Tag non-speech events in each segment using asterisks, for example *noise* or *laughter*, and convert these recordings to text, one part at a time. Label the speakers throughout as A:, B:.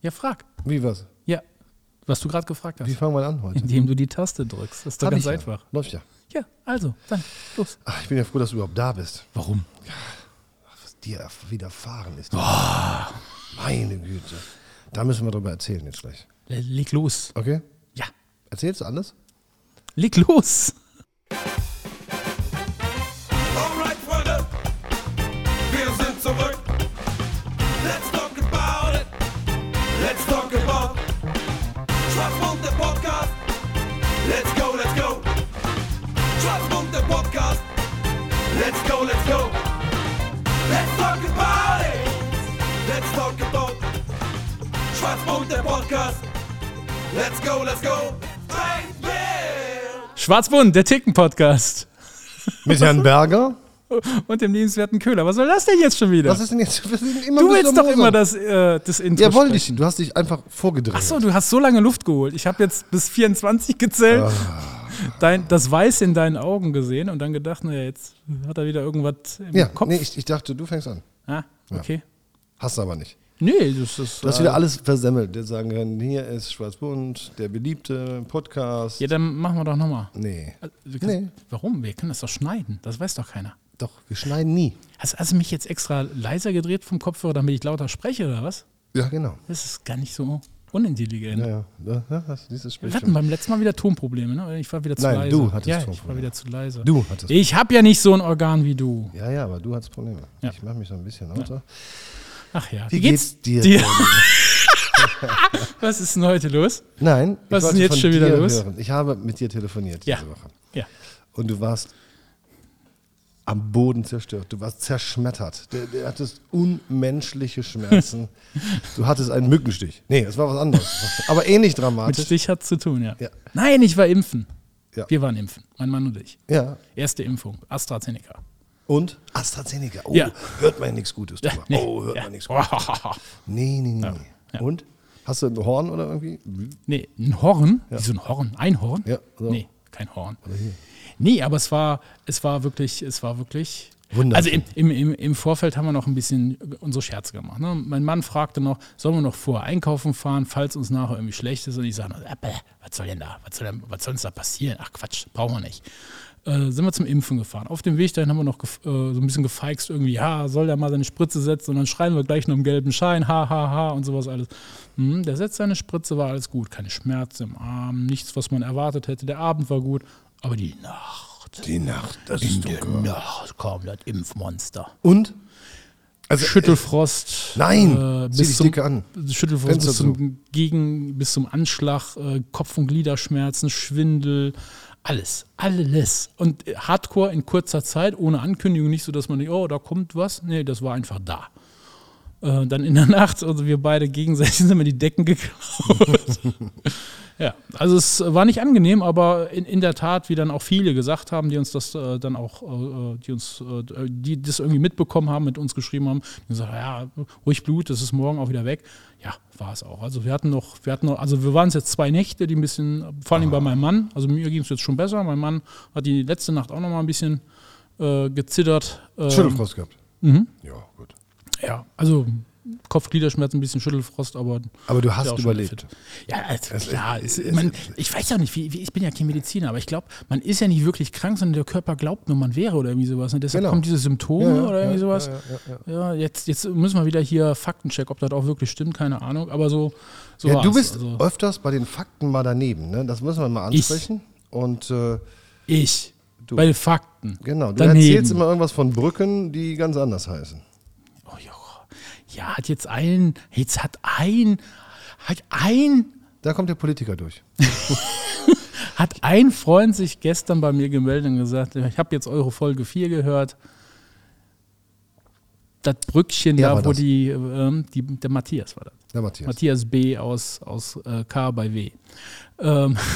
A: Ja, frag.
B: Wie was?
A: Ja, was du gerade gefragt
B: Wie
A: hast.
B: fangen
A: *laughs*
B: wir an heute?
A: Indem du die Taste drückst. Das ist doch
B: Hab
A: ganz
B: ich ja.
A: einfach.
B: Läuft ja.
A: Ja, also, dann, los.
B: Ach, ich bin ja froh, dass du überhaupt da bist.
A: Warum?
B: Was dir erf- widerfahren ist. Meine Güte. Da müssen wir drüber erzählen jetzt gleich.
A: Le- Leg los.
B: Okay?
A: Ja,
B: Erzählst du alles?
A: leg los.
C: Alright, Freunde, wir sind zurück. Let's talk about it. Let's talk about Schwarzmund, der Podcast. Let's go, let's go. Schwarzmund, der Podcast. Let's go, let's go. Let's talk about it. Let's talk about Schwarzmund, der Podcast. Let's go, let's go. Right, yeah.
A: Schwarzbund, der Ticken-Podcast.
B: Mit Herrn Berger?
A: Und dem liebenswerten Köhler. Was soll das denn jetzt schon wieder?
B: Was ist denn jetzt? Wir sind immer ein
A: du
B: bisschen
A: willst doch
B: am
A: immer
B: Mosern.
A: das, äh, das Intro.
B: Ja, wollte
A: sprechen.
B: ich. Du hast dich einfach vorgedrängt.
A: Achso, du hast so lange Luft geholt. Ich habe jetzt bis 24 gezählt,
B: Ah.
A: dein, das Weiß in deinen Augen gesehen und dann gedacht, naja, jetzt hat er wieder irgendwas im
B: Ja,
A: Kopf.
B: nee, ich, ich dachte, du fängst an.
A: ah, okay.
B: Hast du aber nicht.
A: Nee, das ist.
B: Du hast wieder alles versemmelt. Wir sagen können, hier ist Schwarzbund, der beliebte Podcast.
A: ja, dann machen wir doch nochmal.
B: Nee.
A: Wir können-
B: Nee,
A: Warum? Wir können das doch schneiden. Das weiß doch keiner.
B: doch, wir schneiden nie.
A: Hast, hast du mich jetzt extra leiser gedreht vom Kopfhörer, damit ich lauter spreche oder was?
B: Ja, genau.
A: Das ist gar nicht so unintelligent.
B: Ja, ja. ja das- dieses
A: Wir
B: Sprichwort.
A: hatten beim letzten Mal wieder Tonprobleme, ne? Ich war wieder zu
B: Nein,
A: leise.
B: du hattest
A: ja, ich war
B: Tonprobleme.
A: wieder zu leise.
B: Du hattest-
A: Ich habe ja nicht so ein Organ wie du.
B: Ja, ja, aber du hattest Probleme.
A: Ja.
B: Ich mache mich so ein bisschen lauter.
A: Ach ja.
B: Wie geht's dir?
A: dir? *laughs* Was ist denn heute los?
B: Nein, ich
A: Was ist
B: wollte
A: denn jetzt
B: von
A: schon wieder
B: dir
A: los?
B: Hören. Ich habe mit dir telefoniert
A: Ja.
B: diese Woche.
A: Ja.
B: Und du warst am Boden zerstört. Du warst zerschmettert. Du, du hattest
A: *laughs*
B: unmenschliche Schmerzen. du hattest einen Mückenstich. Nee, das war was anderes. Aber ähnlich
A: Mit
B: dramatisch.
A: Stich hat zu tun, ja.
B: Ja.
A: Nein, ich war impfen.
B: Ja.
A: Wir waren impfen, mein Mann und ich.
B: Ja.
A: Erste Impfung, AstraZeneca.
B: Und AstraZeneca. Oh,
A: Ja.
B: hört man nichts Gutes drüber.
A: nee,
B: Oh, hört
A: ja. Oh.
B: man nichts Gutes. Nee, nee, nee. nee. Und? Hast du ein Horn oder irgendwie?
A: *laughs* Nee, ein Horn? Wieso ein Horn? Ein Horn?
B: Ja, so.
A: Nee, kein Horn. Nee, aber es war, es war wirklich, es war wirklich.
B: Wunderschön.
A: Also im, im, im, im Vorfeld haben wir noch ein bisschen unsere Scherze gemacht. Ne? Mein Mann fragte noch, sollen wir noch vorher einkaufen fahren, falls uns nachher irgendwie schlecht ist? Und ich sage, "Äh, was soll denn da? Was soll, denn, was soll uns da passieren? Ach Quatsch, brauchen wir nicht. Äh, sind wir zum Impfen gefahren. Auf dem Weg dahin haben wir noch gef- äh, so ein bisschen gefeixt, irgendwie, ja, soll der mal seine Spritze setzen und dann schreien wir gleich noch einen gelben Schein, ha, ha, ha und sowas alles. Hm, der setzt seine Spritze, war alles gut. Keine Schmerzen im Arm, nichts, was man erwartet hätte. Der Abend war gut, aber die Nacht.
B: Die Nacht, das
A: In der Nacht kam das Impfmonster.
B: Und? Also,
A: Schüttelfrost. äh,
B: Nein, zieh dich dicke an.
A: Schüttelfrost
B: Fenster
A: bis zum, Gegen, bis zum Anschlag, äh, Kopf- und Gliederschmerzen, Schwindel, alles, alles. Und äh, Hardcore in kurzer Zeit, ohne Ankündigung, nicht so, dass man denkt, oh, da kommt was. Nee, das war einfach da. Äh, dann in der *laughs* Nacht, also wir beide gegenseitig sind immer die Decken geklaut. ja, also es war nicht angenehm, aber in, in der Tat, wie dann auch viele gesagt haben, die uns das äh, dann auch, äh, die uns, äh, die das irgendwie mitbekommen haben, mit uns geschrieben haben, die gesagt, haben, ja, ruhig Blut, das ist morgen auch wieder weg. Ja, war es auch. Also wir hatten noch, wir hatten noch, also wir waren es jetzt zwei Nächte, die ein bisschen, vor allem bei meinem Mann, also mir ging es jetzt schon besser, mein Mann hat die letzte Nacht auch noch mal ein bisschen äh, gezittert. Ähm,
B: Schüttelfrost gehabt. Ja, gut.
A: ja, also Kopfgliederschmerzen, ein bisschen Schüttelfrost, aber.
B: Aber du
A: ja,
B: hast
A: auch schon
B: überlebt.
A: fit. Ja, also, klar. Es, man, ich weiß ja nicht, wie, wie, ich bin ja kein Mediziner, aber ich glaube, man ist ja nicht wirklich krank, sondern der Körper glaubt nur, man wäre oder irgendwie sowas. Ne? Deshalb
B: Genau.
A: kommen diese Symptome
B: Ja, ja,
A: oder irgendwie
B: ja,
A: sowas.
B: ja,
A: Ja, jetzt, jetzt müssen wir wieder hier Faktencheck, ob das auch wirklich stimmt, keine Ahnung. Aber so, so
B: Ja,
A: war's.
B: du bist
A: Also,
B: öfters bei den Fakten mal daneben, ne? Das müssen wir mal
A: Ich.
B: ansprechen. Und äh,
A: ich. Bei den Fakten.
B: genau, du
A: Daneben.
B: erzählst immer irgendwas von Brücken, die ganz anders heißen.
A: Oh, ja. ja, hat jetzt ein, jetzt hat ein, hat ein
B: Da kommt der Politiker durch.
A: Hat ein Freund sich gestern bei mir gemeldet und gesagt, ich habe jetzt eure Folge 4 gehört. Das Brückchen
B: Ja,
A: da,
B: war
A: wo
B: das.
A: die, ähm, die, der Matthias war das.
B: Der Matthias.
A: Matthias B. aus, aus äh, K bei W. Ähm, *laughs*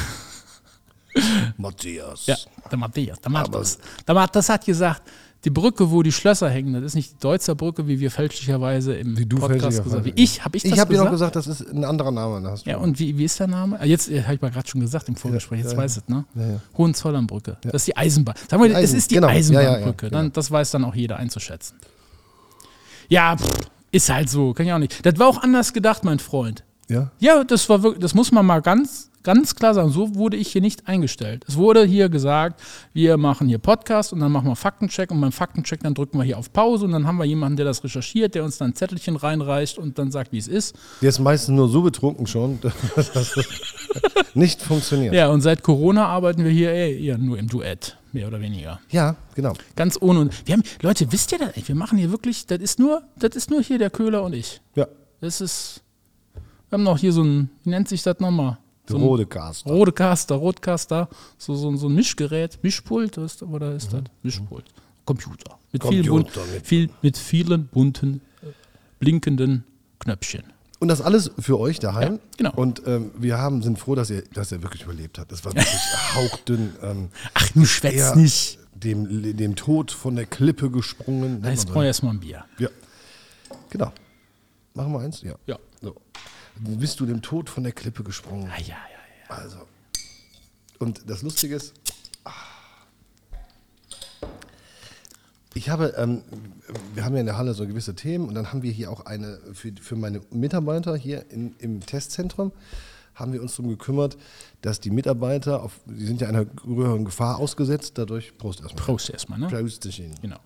B: Matthias.
A: ja, der Matthias, der Matthias. Der Matthias hat gesagt, die Brücke, wo die Schlösser hängen, das ist nicht die Deutzer Brücke, wie wir fälschlicherweise im
B: Wie du
A: Podcast
B: fälschlicherweise-
A: gesagt haben. Wie ich, habe ich das
B: Ich habe dir
A: gesagt?
B: noch gesagt, das ist ein anderer Name. Da hast du
A: Ja, und wie, wie ist der Name? Ah, Jetzt äh, habe ich mal gerade schon gesagt im Vorgespräch, jetzt
B: ja,
A: weiß es, ne?
B: Ja, ja.
A: Hohenzollernbrücke. Das ist die Eisenbahn. Sagen wir,
B: Die
A: es
B: Eisen-
A: ist die
B: genau. Ja, ja, ja,
A: Eisenbahnbrücke. Dann, Das weiß dann auch jeder einzuschätzen. Ja, pff, ist halt so, kann ich auch nicht. Das war auch anders gedacht, mein Freund.
B: Ja?
A: Ja, das war wirklich, das muss man mal ganz, ganz klar sagen. So wurde ich hier nicht eingestellt. Es wurde hier gesagt, wir machen hier Podcast und dann machen wir Faktencheck und beim Faktencheck dann drücken wir hier auf Pause und dann haben wir jemanden, der das recherchiert, der uns dann ein Zettelchen reinreicht und dann sagt, wie es ist.
B: Der ist meistens nur so betrunken schon, *laughs* dass das nicht funktioniert.
A: Ja, und seit Corona arbeiten wir hier eh eher nur im Duett, mehr oder weniger.
B: Ja, genau.
A: Ganz ohne. und- Wir haben, Leute, wisst ihr das? eigentlich? Wir machen hier wirklich, das ist nur, das ist nur hier der Köhler und ich.
B: Ja.
A: Das ist. Wir haben noch hier so ein, wie nennt sich das nochmal? So ein
B: Rode Cast.
A: Rode Caster, Rotcaster, so, so, so ein Mischgerät, Mischpult, ist, oder ist das? Mischpult. Computer. Mit, vielen, bunt,
B: Mhm. Computer mit-
A: viel, mit vielen bunten, äh, blinkenden Knöpfchen.
B: Und das alles für euch daheim.
A: Ja, genau.
B: Und ähm, wir haben, sind froh, dass ihr, dass ihr wirklich überlebt habt. Das
A: *laughs*
B: war wirklich hauchdünn. Ähm,
A: Ach, du schwätzt
B: eher
A: nicht.
B: Dem, dem Tod von der Klippe gesprungen. Nennt
A: Jetzt
B: man
A: brauchen wir erstmal ein Bier.
B: so. Ja. Genau. Machen wir eins? Ja.
A: Ja.
B: So. Bist du dem Tod von der Klippe gesprungen?
A: Ah, ja, ja, ja.
B: Also. Und das Lustige ist, ah. ich habe, ähm, wir haben ja in der Halle so gewisse Themen und dann haben wir hier auch eine, für, für meine Mitarbeiter hier in, im Testzentrum, haben wir uns darum gekümmert, dass die Mitarbeiter, auf, die sind ja einer höheren Gefahr ausgesetzt, dadurch, Prost erstmal.
A: Prost erstmal, ne?
B: Prost. Ihnen.
A: Genau.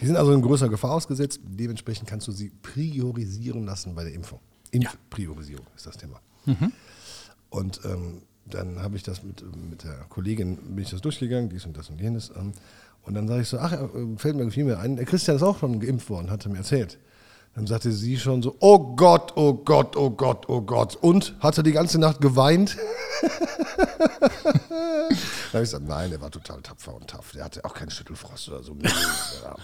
B: Die sind also in größerer Gefahr ausgesetzt. Dementsprechend kannst du sie priorisieren lassen bei der Impfung. Impfpriorisierung ist das Thema. Und ähm, dann habe ich das mit, mit der Kollegin, bin ich das durchgegangen, dies und das und jenes. Ähm, und dann sage ich so, ach, äh, fällt mir viel mehr ein, der Christian ist auch schon geimpft worden, hatte mir erzählt. Dann sagte sie schon so, oh Gott, oh Gott, oh Gott, oh Gott. Und hatte die ganze Nacht geweint. *laughs* dann habe ich gesagt, nein, der war total tapfer und tough. Der hatte auch keinen Schüttelfrost oder so. ja.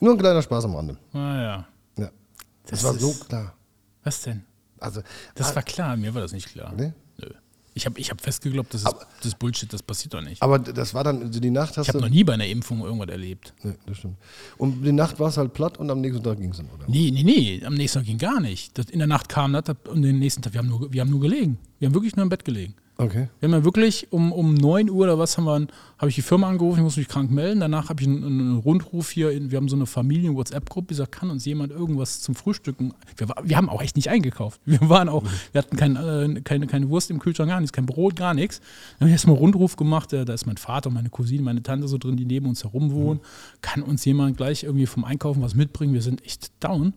B: Nur ein kleiner Spaß am Rande.
A: Ah, ja.
B: Ja. Das,
A: Das
B: war
A: ist-
B: so klar.
A: Was denn?
B: Also,
A: Das war klar, mir war das nicht klar.
B: Nee?
A: Nö. Ich habe ich hab festgeglaubt, das ist, das ist Bullshit, das passiert doch nicht.
B: aber das war dann, also die Nacht hast
A: Ich habe
B: du.
A: noch nie bei einer Impfung irgendwas erlebt.
B: Nee, das stimmt. Und die Nacht war es halt platt und am nächsten Tag ging es dann, oder?
A: Nee, nee, nee, am nächsten Tag ging gar nicht. Das, in der Nacht kam das und den nächsten Tag, wir haben, nur, wir haben nur gelegen. Wir haben wirklich nur im Bett gelegen.
B: Okay.
A: Wir haben ja wirklich um, um 9 Uhr oder was haben wir, ein- habe ich die Firma angerufen, ich muss mich krank melden. Danach habe ich einen, einen Rundruf hier, in, wir haben so eine Familien-WhatsApp-Gruppe, die sagt, kann uns jemand irgendwas zum Frühstücken. Wir, war- wir haben auch echt nicht eingekauft. Wir waren auch, wir hatten kein, äh, keine, keine Wurst im Kühlschrank, gar nichts, kein Brot, gar nichts. Dann habe ich erstmal einen Rundruf gemacht, äh, da ist mein Vater, und meine Cousine, meine Tante so drin, die neben uns herum wohnen. Kann uns jemand gleich irgendwie vom Einkaufen was mitbringen? Wir sind echt down.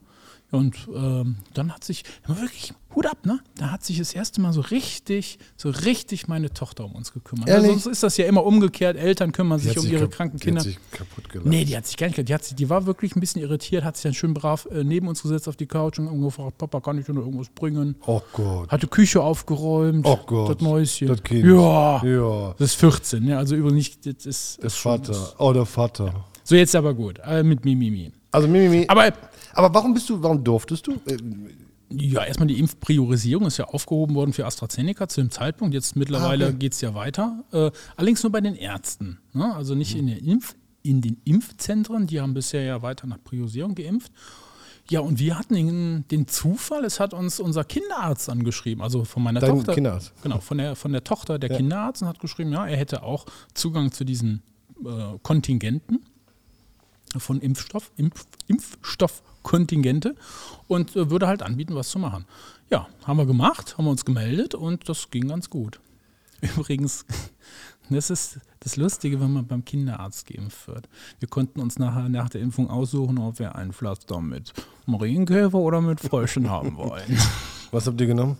A: Und ähm, dann hat sich, wirklich, Hut ab, ne? Da hat sich das erste Mal so richtig, so richtig meine Tochter um uns gekümmert.
B: Ehrlich?
A: Also, sonst ist das ja immer umgekehrt. Eltern kümmern
B: Die
A: sich
B: hat
A: um
B: sich
A: ihre
B: kap-
A: kranken
B: die
A: Kinder.
B: Hat sich kaputt gelacht.
A: Nee, die hat sich gar nicht, die, hat sich, die war wirklich ein bisschen irritiert, hat sich dann schön brav äh, neben uns gesetzt auf die Couch und irgendwo gefragt, Papa, kann ich dir noch irgendwas bringen?
B: Oh Gott.
A: Hat die Küche aufgeräumt,
B: Oh Gott.
A: das Mäuschen.
B: Das Kind.
A: Ja.
B: Ja.
A: Das ist 14, ne? Also übrigens nicht, das ist.
B: Der Vater. Oh, der Vater.
A: So, jetzt aber gut, äh, mit Mimimi.
B: Also, Mimimi. Aber,
A: Aber
B: aber warum bist du, warum durftest du? Äh,
A: Ja, erstmal die Impfpriorisierung ist ja aufgehoben worden für AstraZeneca zu dem Zeitpunkt. Jetzt mittlerweile
B: Ah, okay.
A: geht es ja weiter. Äh, allerdings nur bei den Ärzten. Ne? Also nicht in,
B: Mhm.
A: den Impf, in den Impfzentren. Die haben bisher ja weiter nach Priorisierung geimpft. Ja, und wir hatten den, den Zufall, es hat uns unser Kinderarzt angeschrieben, also von meiner
B: Dein
A: Tochter.
B: Kinderarzt.
A: Genau, von der, von der Tochter der Kinderarzt und hat geschrieben, ja, er hätte auch Zugang zu diesen äh, Kontingenten von Impfstoff, Impf, Impfstoffkontingente und äh, würde halt anbieten, was zu machen. Ja, haben wir gemacht, haben wir uns gemeldet und das ging ganz gut. *laughs* Übrigens, das ist das Lustige, wenn man beim Kinderarzt geimpft wird. Wir konnten uns nachher nach der Impfung aussuchen, ob wir ein Pflaster mit Marienkäfer oder mit Fröschen haben wollen.
B: was habt ihr genommen?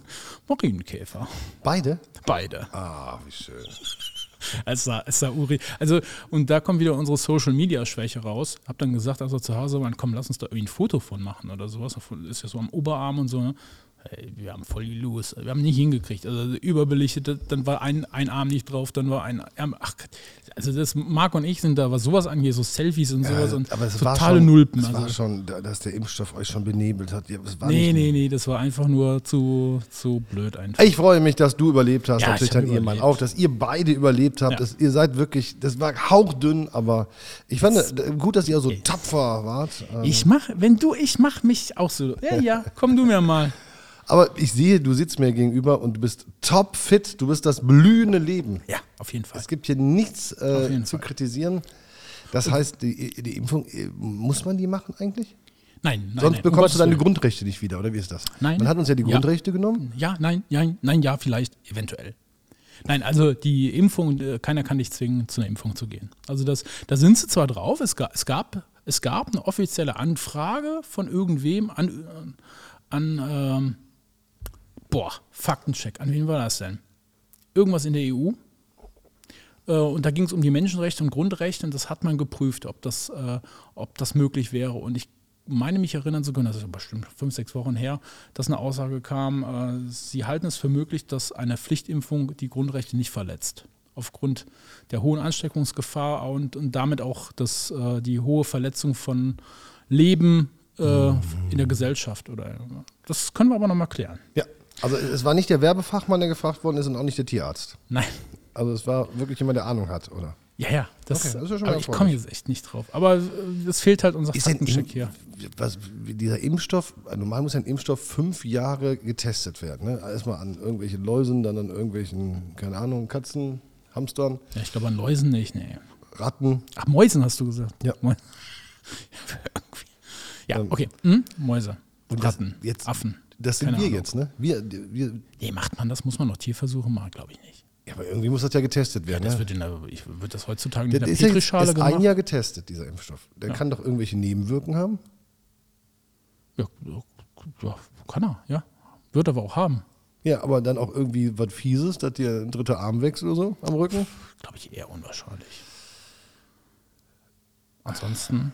A: Marienkäfer.
B: Beide?
A: Beide.
B: Ah, wie schön.
A: Es sah, es sah Uri. Also, und da kommt wieder unsere Social Media Schwäche raus. Hab dann gesagt, als wir zu Hause waren, komm, lass uns da irgendwie ein Foto von machen oder sowas. Ist ja so am Oberarm und so. Ne? Ey, wir haben voll die Los. Wir haben nicht hingekriegt. Also überbelichtet, dann war ein, ein Arm nicht drauf, dann war ein Arm. Ach, also das Marc und ich sind da, was sowas angeht, so Selfies und sowas. und
B: aber es
A: Also totale
B: war schon,
A: Nulpen.
B: Es war
A: Also,
B: schon, da- dass der Impfstoff euch schon benebelt hat. Ja, es war
A: nee,
B: nicht-
A: nee, nee, das war einfach nur zu, zu blöd einfach.
B: Ich freue mich, dass du überlebt hast,
A: Ja,
B: natürlich
A: ich hab
B: dein Ehemann
A: überlebt.
B: auch, dass ihr beide überlebt habt.
A: Ja.
B: Dass ihr seid wirklich, das war hauchdünn, aber ich fand äh, gut, dass ihr so tapfer wart. Äh,
A: Ich mach, wenn du, ich mach mich auch so. Ja,
B: *laughs*
A: ja, komm du mir mal.
B: Aber ich sehe, du sitzt mir gegenüber und du bist topfit. Du bist das blühende Leben.
A: Ja, auf jeden Fall.
B: Es gibt hier nichts äh,
A: jeden
B: zu
A: Fall.
B: kritisieren. Das heißt, die, die Impfung, äh, muss man die machen eigentlich?
A: Nein, nein.
B: Sonst
A: nein, um
B: bekommst
A: Gottes
B: du deine
A: Willen.
B: Grundrechte nicht wieder, oder wie ist das?
A: Nein.
B: Man hat uns ja die
A: Ja.
B: Grundrechte genommen.
A: Ja, nein, nein, nein, ja, vielleicht, eventuell. Nein, also die Impfung, äh, keiner kann dich zwingen, zu einer Impfung zu gehen. Also das, da sind sie zwar drauf, es gab, es gab, es gab eine offizielle Anfrage von irgendwem an, an ähm, boah, Faktencheck, an wen war das denn? Irgendwas in der E EU. Äh, Und da ging es um die Menschenrechte und Grundrechte und das hat man geprüft, ob das, äh, ob das möglich wäre. Und ich meine mich erinnern zu können, das ist aber bestimmt fünf, sechs Wochen her, dass eine Aussage kam, äh, sie halten es für möglich, dass eine Pflichtimpfung die Grundrechte nicht verletzt. Aufgrund der hohen Ansteckungsgefahr und, und damit auch das, äh, die hohe Verletzung von Leben äh, in der Gesellschaft. Oder, das können wir aber nochmal klären.
B: Ja. Also es war nicht der Werbefachmann, der gefragt worden ist und auch nicht der Tierarzt.
A: Nein.
B: Also es war wirklich jemand, der Ahnung hat, oder?
A: Ja, ja, das,
B: Okay, das ist ja schon mal
A: aber ich
B: erfreulich.
A: komme jetzt echt nicht drauf. Aber äh, es fehlt halt unser
B: Ist denn
A: Faktencheck
B: Im-
A: hier.
B: Was, dieser Impfstoff, normal muss ein Impfstoff fünf Jahre getestet werden. Ne? Erstmal an irgendwelchen Läusen, dann an irgendwelchen, keine Ahnung, Katzen, Hamstern,
A: Ja, ich glaube an Läusen nicht, nee.
B: Ratten.
A: Ach, Mäusen hast du gesagt.
B: Ja. Ähm.
A: Mäu- *laughs* ja, okay. Hm? Mäuse, Ratten,
B: das, jetzt,
A: Affen.
B: Das sind
A: Keine
B: wir
A: Ahnung.
B: jetzt, ne? Wir, wir,
A: Nee, macht man das? Muss man noch Tierversuche machen? Glaube ich nicht.
B: ja, aber irgendwie muss das ja getestet werden.
A: Das
B: ne?
A: wird in der, ich wird das heutzutage
B: Der
A: mit einer
B: ist, jetzt, ist
A: Petrischale
B: ein
A: gemacht.
B: Jahr getestet, dieser Impfstoff. Der kann doch irgendwelche Nebenwirkungen haben.
A: Ja, ja, kann er, ja. Wird aber auch haben.
B: Ja, aber dann auch irgendwie was Fieses, dass dir ein dritter Arm wächst oder so am Rücken.
A: Glaube ich eher unwahrscheinlich. Ansonsten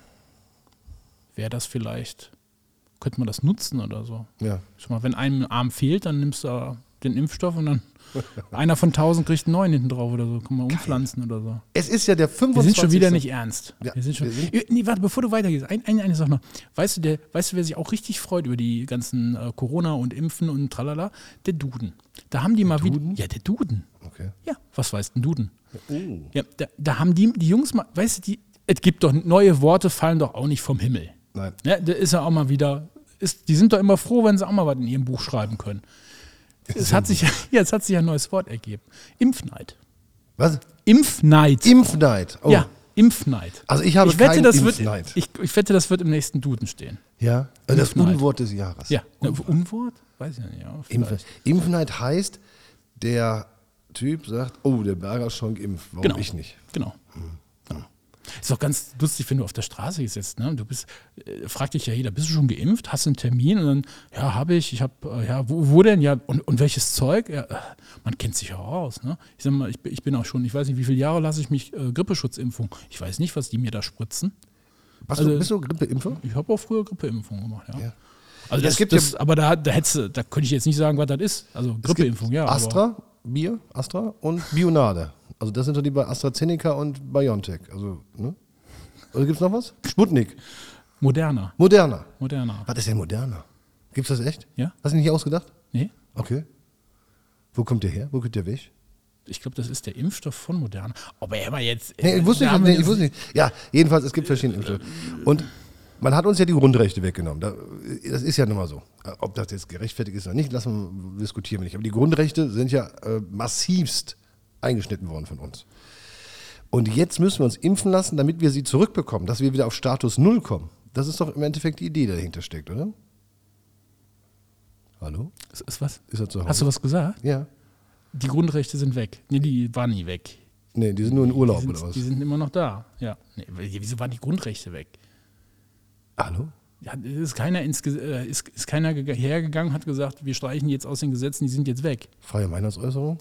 A: wäre das vielleicht, könnte man das nutzen oder so.
B: Ja.
A: Schon mal, wenn einem ein Arm fehlt, dann nimmst du äh, den Impfstoff und
B: *laughs*
A: dann einer von tausend kriegt einen neuen hinten drauf oder so. Kann man umpflanzen oder so.
B: Es ist ja der 25.
A: Wir sind schon wieder nicht ernst.
B: Ja,
A: wir sind schon,
B: wir sind-
A: Ü- nee, warte, bevor du weitergehst, ein, ein, eine Sache noch. Weißt du, der, weißt du, wer sich auch richtig freut über die ganzen äh, Corona und Impfen und tralala? Der Duden. Da haben die mal wieder. Ja, der Duden.
B: Okay. Oh.
A: Ja, was weiß denn Duden? Ja, da, da haben die, die Jungs mal, weißt du, die, es gibt doch neue Worte, fallen doch auch nicht vom Himmel.
B: Nein.
A: Ne, da ist ja auch mal wieder, ist, die sind doch immer froh, wenn sie auch mal was in ihrem Buch schreiben können. Es hat sich, *laughs* ja, es hat sich ein neues Wort ergeben. Impfneid.
B: Was?
A: Impfneid.
B: Impfneid. Oh.
A: Ja, Impfneid.
B: Also ich habe
A: ich wette,
B: keinen
A: das
B: Impfneid.
A: Wird, ich, ich wette, das wird im nächsten Duden stehen.
B: Ja. Also das
A: Impfneid.
B: Unwort des Jahres.
A: Ja, ne, Unwort? Weiß ich nicht. Ja, vielleicht.
B: Impf Impfneid heißt, der Typ sagt, oh, der Berger ist schon geimpft. Warum ich nicht? Mhm.
A: Genau. Genau. Ist auch ganz lustig, wenn du auf der Straße sitzt. Ne? Du bist, äh, fragt dich ja jeder, bist du schon geimpft? Hast du einen Termin? Und dann, ja, habe ich. Ich habe, äh, ja, wo, wo denn? Ja, und, und welches Zeug? Ja, äh, man kennt sich ja auch aus. Ne? Ich sag mal, ich, bin- ich bin auch schon, ich weiß nicht, wie viele Jahre lasse ich mich äh, Grippeschutzimpfung. Ich weiß nicht, was die mir da spritzen.
B: Was,
A: Also-
B: du, bist du Grippeimpfer?
A: Ich habe auch früher Grippeimpfung gemacht. Ja.
B: Ja.
A: Also
B: Ja,
A: das,
B: es gibt
A: das, aber da, da, hättest, du- da könnte ich jetzt nicht sagen, was das ist. Also Grippeimpfung, ja. aber-
B: Astra, Bier, Astra und Bionade. Also das sind doch die bei AstraZeneca und BioNTech. Also, ne? Oder gibt es noch was? Sputnik.
A: Moderner.
B: Moderna.
A: Moderner.
B: Was ist denn Moderna? Gibt's das echt?
A: Ja.
B: Hast du nicht ausgedacht?
A: Nee?
B: Okay. Wo kommt der her? Wo kommt der weg?
A: Ich glaube, das ist der Impfstoff von Moderna. Aber hör mal jetzt. äh,
B: Nee, ich wusste
A: da
B: nicht,
A: haben
B: nee,
A: wir
B: ich wusste nicht. Ja, jedenfalls, es gibt verschiedene Impfstoffe. Und man hat uns ja die Grundrechte weggenommen. Da- Das ist ja nun mal so. Ob das jetzt gerechtfertigt ist oder nicht, lassen wir diskutieren wir nicht. Aber die Grundrechte sind ja äh, massivst eingeschnitten worden von uns. Und jetzt müssen wir uns impfen lassen, damit wir sie zurückbekommen, dass wir wieder auf Status Null kommen. Das ist doch im Endeffekt die Idee, die dahinter steckt, oder? Hallo?
A: Ist, ist was?
B: Ist er zu Hause?
A: Hast du was gesagt?
B: Ja.
A: Die Grundrechte sind weg. Nee, die waren nie weg.
B: Nee, die sind nur in Urlaub
A: Die
B: oder
A: sind,
B: was?
A: die sind immer noch da. Ja. Nee, weil- wieso waren die Grundrechte weg?
B: Hallo?
A: Ja, es ist keiner, ins, Ge- äh, ist, ist keiner ge- hergegangen, hat gesagt, wir streichen jetzt aus den Gesetzen, die sind jetzt weg.
B: Freie Meinungsäußerung?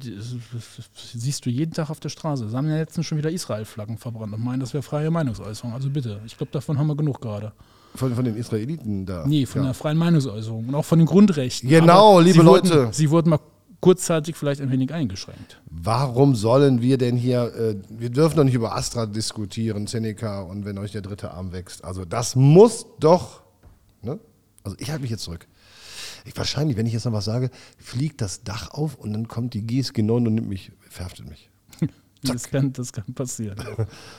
A: Die- Das, das, das siehst du jeden Tag auf der Straße. Sie haben ja letztens schon wieder Israel-Flaggen verbrannt und meinen, das wäre freie Meinungsäußerung. Also bitte, ich glaube, davon haben wir genug gerade.
B: Von, von den Israeliten da.
A: Nee, von
B: ja.
A: der freien Meinungsäußerung und auch von den Grundrechten.
B: Genau, liebe
A: sie wurden,
B: Leute.
A: Sie wurden mal kurzzeitig vielleicht ein wenig eingeschränkt.
B: Warum sollen wir denn hier, äh, wir dürfen doch nicht über Astra diskutieren, Seneca und wenn euch der dritte Arm wächst. Also das muss doch, ne? Also ich halte mich jetzt zurück. Ich, wahrscheinlich, wenn ich jetzt noch was sage, fliegt das Dach auf und dann kommt die GSG 9 und nimmt mich, verhaftet mich. *laughs*
A: Das kann, das kann passieren.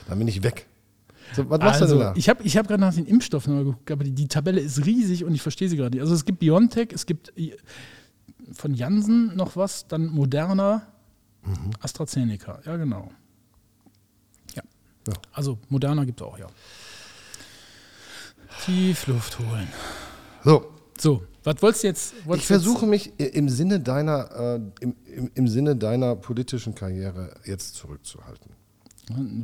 B: Dann bin ich weg. So, was machst du
A: Also,
B: denn da?
A: ich habe ich hab gerade nach den Impfstoffen mal geguckt, aber die, die Tabelle ist riesig und ich verstehe sie gerade nicht. Also es gibt BioNTech, es gibt i- von Janssen noch was,
B: Mhm.
A: dann Moderna, AstraZeneca, ja genau. Ja.
B: Ja.
A: Also Moderna gibt es auch, ja. Tief Luft holen.
B: So,
A: So, was wolltest du jetzt? wolltest
B: ich
A: du jetzt-
B: versuche mich i- im Sinne deiner, äh, im, im, im Sinne deiner politischen Karriere jetzt zurückzuhalten.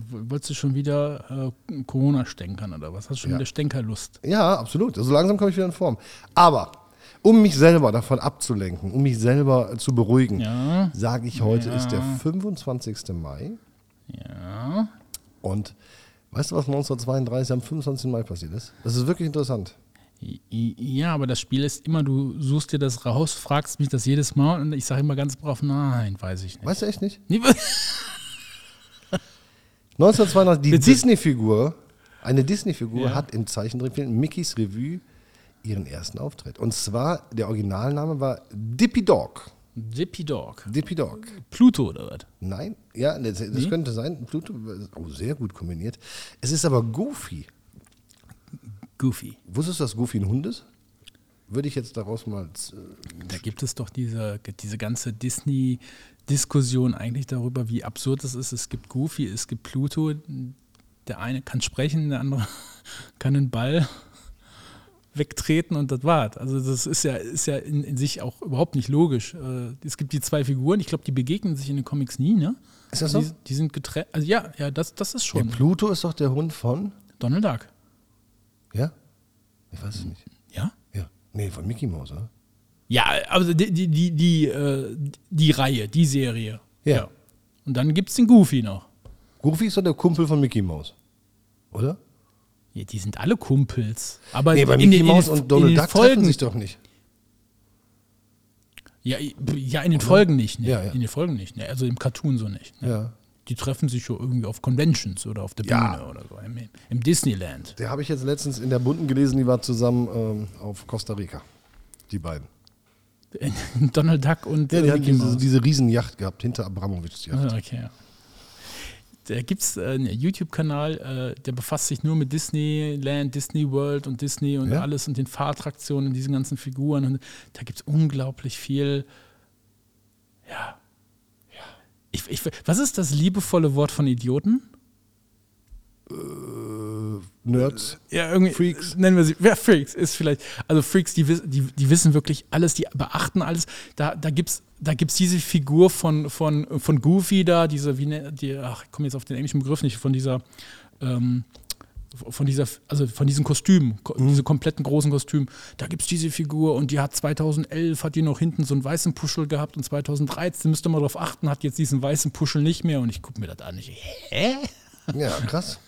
A: Wolltest du schon wieder äh, Corona stänkern oder was? Hast du schon
B: Ja.
A: wieder Stänkerlust?
B: Ja, absolut. So langsam komme ich wieder in Form. Aber um mich selber davon abzulenken, um mich selber zu beruhigen,
A: Ja.
B: sage ich, heute
A: Ja.
B: ist der 25. Mai.
A: Ja.
B: Und weißt du, was 1932 am 25. Mai passiert ist? Das ist wirklich interessant.
A: I- i- Ja, aber das Spiel ist immer, du suchst dir das raus, fragst mich das jedes Mal und ich sage immer ganz brav, nein, weiß ich nicht.
B: Weißt du echt nicht?
A: Nee, Was?
B: 1932, die
A: Bitte.
B: Disney-Figur, eine Disney-Figur
A: Ja.
B: hat im Zeichentrickfilm Mickeys Revue ihren ersten Auftritt. Und zwar, der Originalname war Dippy Dog.
A: *laughs* Dippy Dog.
B: Dippy Dog.
A: Pluto oder was?
B: Nein, ja, das, das könnte sein. Pluto, oh, sehr gut kombiniert. Es ist aber Goofy.
A: Goofy.
B: Wusstest du, dass Goofy ein Hund ist? Würde ich jetzt daraus mal. z-
A: Da gibt es doch diese, diese ganze Disney-Diskussion eigentlich darüber, wie absurd es ist. Es gibt Goofy, es gibt Pluto. Der eine kann sprechen, der andere *laughs* kann den Ball *laughs* wegtreten und das war's. Also das ist ja, ist ja in, in sich auch überhaupt nicht logisch. Äh, Es gibt die zwei Figuren, ich glaube, die begegnen sich in den Comics nie, ne?
B: Ist das so?
A: Die, die sind getrennt. Also ja, ja, das, das ist
B: Der
A: schon.
B: Pluto ist doch der Hund von.
A: Donald Duck.
B: Ja? Ich weiß es nicht.
A: Ja?
B: Ja. Nee, von Mickey Mouse, oder?
A: Ja, also die, die, die, die, äh, die Reihe, die Serie.
B: Ja.
A: Und dann gibt es den Goofy noch.
B: Goofy ist doch der Kumpel von Mickey Mouse. Oder?
A: Ja, die sind alle Kumpels. Aber
B: Nee, bei
A: Also in den-
B: Mickey
A: in den-
B: Mouse und
A: in
B: Donald
A: den
B: Duck
A: Folgen,
B: treffen sich doch nicht.
A: Ja, ja, in den Folgen nicht. Ne?
B: Ja, ja.
A: In den Folgen nicht. Ne? Also im Cartoon so nicht. Ne?
B: Ja.
A: Die treffen sich ja irgendwie auf Conventions oder auf der Bühne
B: Ja.
A: oder so. Im, im Disneyland. *laughs*
B: Der habe ich jetzt letztens in der Bunten gelesen, die war zusammen ähm, auf Costa Rica. Die beiden.
A: Donald Duck und
B: Ja,
A: äh,
B: die hatten
A: Mickey
B: diese,
A: Mouse.
B: diese Riesenjacht gehabt, hinter Abramowitschs Jacht.
A: Ah, okay, ja. Da gibt es äh, einen YouTube-Kanal, äh, der befasst sich nur mit Disneyland, Disney World und Disney und
B: Ja?
A: alles und den Fahrattraktionen und diesen ganzen Figuren. Und da gibt es unglaublich viel. Ja. ja. Ich, ich, was ist das liebevolle Wort von Idioten?
B: Nerds.
A: Ja, irgendwie.
B: Freaks.
A: Nennen wir sie. Ja, Freaks ist vielleicht. Also Freaks, die, wiss- die, die wissen wirklich alles, die beachten alles. Da, da gibt es da gibt's diese Figur von, von, von Goofy da, diese, wie ne, die, ach, ich komme jetzt auf den englischen Begriff nicht, von dieser, ähm, von dieser, also von diesen Kostümen, ko diese kompletten großen Kostümen. Da gibt es diese Figur und die hat 2011, hat die noch hinten so einen weißen Puschel gehabt und 2013, müsst ihr mal drauf achten, hat jetzt diesen weißen Puschel nicht mehr und ich gucke mir das an. Ich, hä?
B: Ja, krass.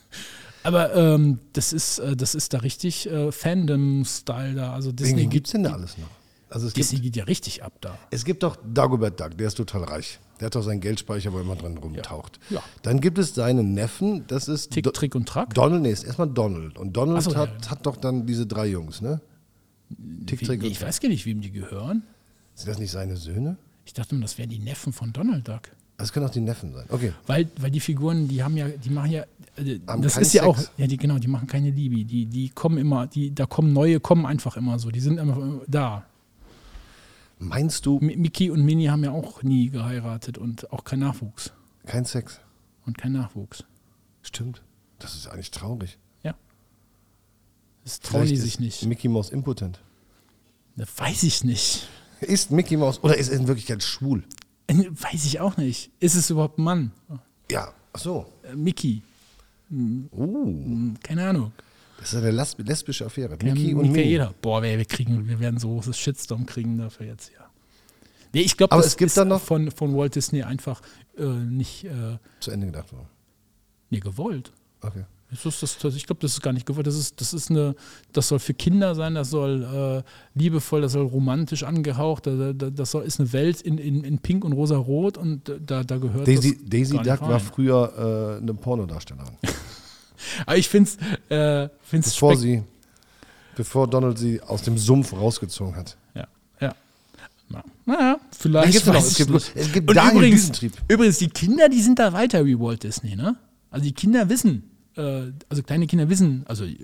A: Aber ähm, das, ist, äh, das ist da richtig äh, Fandom-Style da. Also Disney,
B: Wen
A: gibt,
B: gibt's denn da alles noch? Also es
A: Disney
B: gibt,
A: geht ja richtig ab da.
B: es gibt doch Dagobert Duck, der ist total reich. Der hat doch seinen Geldspeicher, wo er immer dran rumtaucht.
A: Ja.
B: Dann gibt es seinen Neffen, das ist
A: Tick,
B: Do-
A: Trick und Track.
B: Donald, nee, ist erstmal Donald. Und Donald
A: Ach so, ja,
B: hat, hat doch dann diese drei Jungs, ne? Tick,
A: Wie,
B: Trick und
A: ich weiß gar nicht, wem die gehören.
B: Sind das nicht seine Söhne?
A: Ich dachte immer, das wären die Neffen von Donald Duck.
B: Das können auch die Neffen sein. Okay.
A: Weil, weil die Figuren, die haben ja, die machen ja, äh,
B: Haben
A: das
B: keinen
A: ist ja auch,
B: Sex.
A: ja, die, genau, die machen keine Liebe. Die, die kommen immer, die, da kommen neue, kommen einfach immer so. Die sind immer äh, da.
B: Meinst du
A: Mi- Mickey und Minnie haben ja auch nie geheiratet und auch kein Nachwuchs.
B: kein Sex?
A: Und kein Nachwuchs.
B: Stimmt. Das ist eigentlich traurig.
A: Ja. Das trauen die
B: Vielleicht
A: sich
B: ist
A: nicht.
B: Mickey Mouse impotent.
A: Das weiß ich nicht.
B: Ist Mickey Mouse oder ist er in Wirklichkeit schwul?
A: Äh, ne, Weiß ich auch nicht. Ist es überhaupt ein Mann?
B: Ja. Ach so.
A: Äh, Mickey.
B: Uh,
A: Hm, Keine Ahnung.
B: das ist eine las- lesbische Affäre.
A: Ja,
B: Mickey und Minnie.
A: Ähm, Michaela. Boah, wir, wir, kriegen, wir werden so großes Shitstorm kriegen dafür jetzt, ja. Nee, ich glaube,
B: Aber es gibt da noch-
A: von, von Walt Disney einfach äh, nicht äh,
B: Zu Ende gedacht worden.
A: nee, gewollt.
B: Okay.
A: Das ist das, das, ich glaube, das ist gar nicht gewollt. Das ist, das ist eine, das soll für Kinder sein, das soll äh, liebevoll, das soll romantisch angehaucht, da, da, das soll, ist eine Welt in, in, in Pink und Rosa-Rot und da, da gehört
B: Daisy,
A: das
B: Daisy
A: gar nicht
B: Duck war
A: rein.
B: früher äh, eine Pornodarstellerin.
A: Aber ich finde es äh, find's
B: Bevor
A: spek-
B: sie, bevor Donald sie aus dem Sumpf rausgezogen hat.
A: Ja, ja. Na, naja, vielleicht.
B: gibt's noch.
A: weiß
B: Es
A: ich
B: gibt-
A: nicht.
B: es gibt
A: Und
B: Daniel
A: übrigens,
B: Düsentrieb.
A: übrigens, die Kinder, die sind da weiter wie Walt Disney, ne? Also die Kinder wissen, äh, also kleine Kinder wissen, also äh,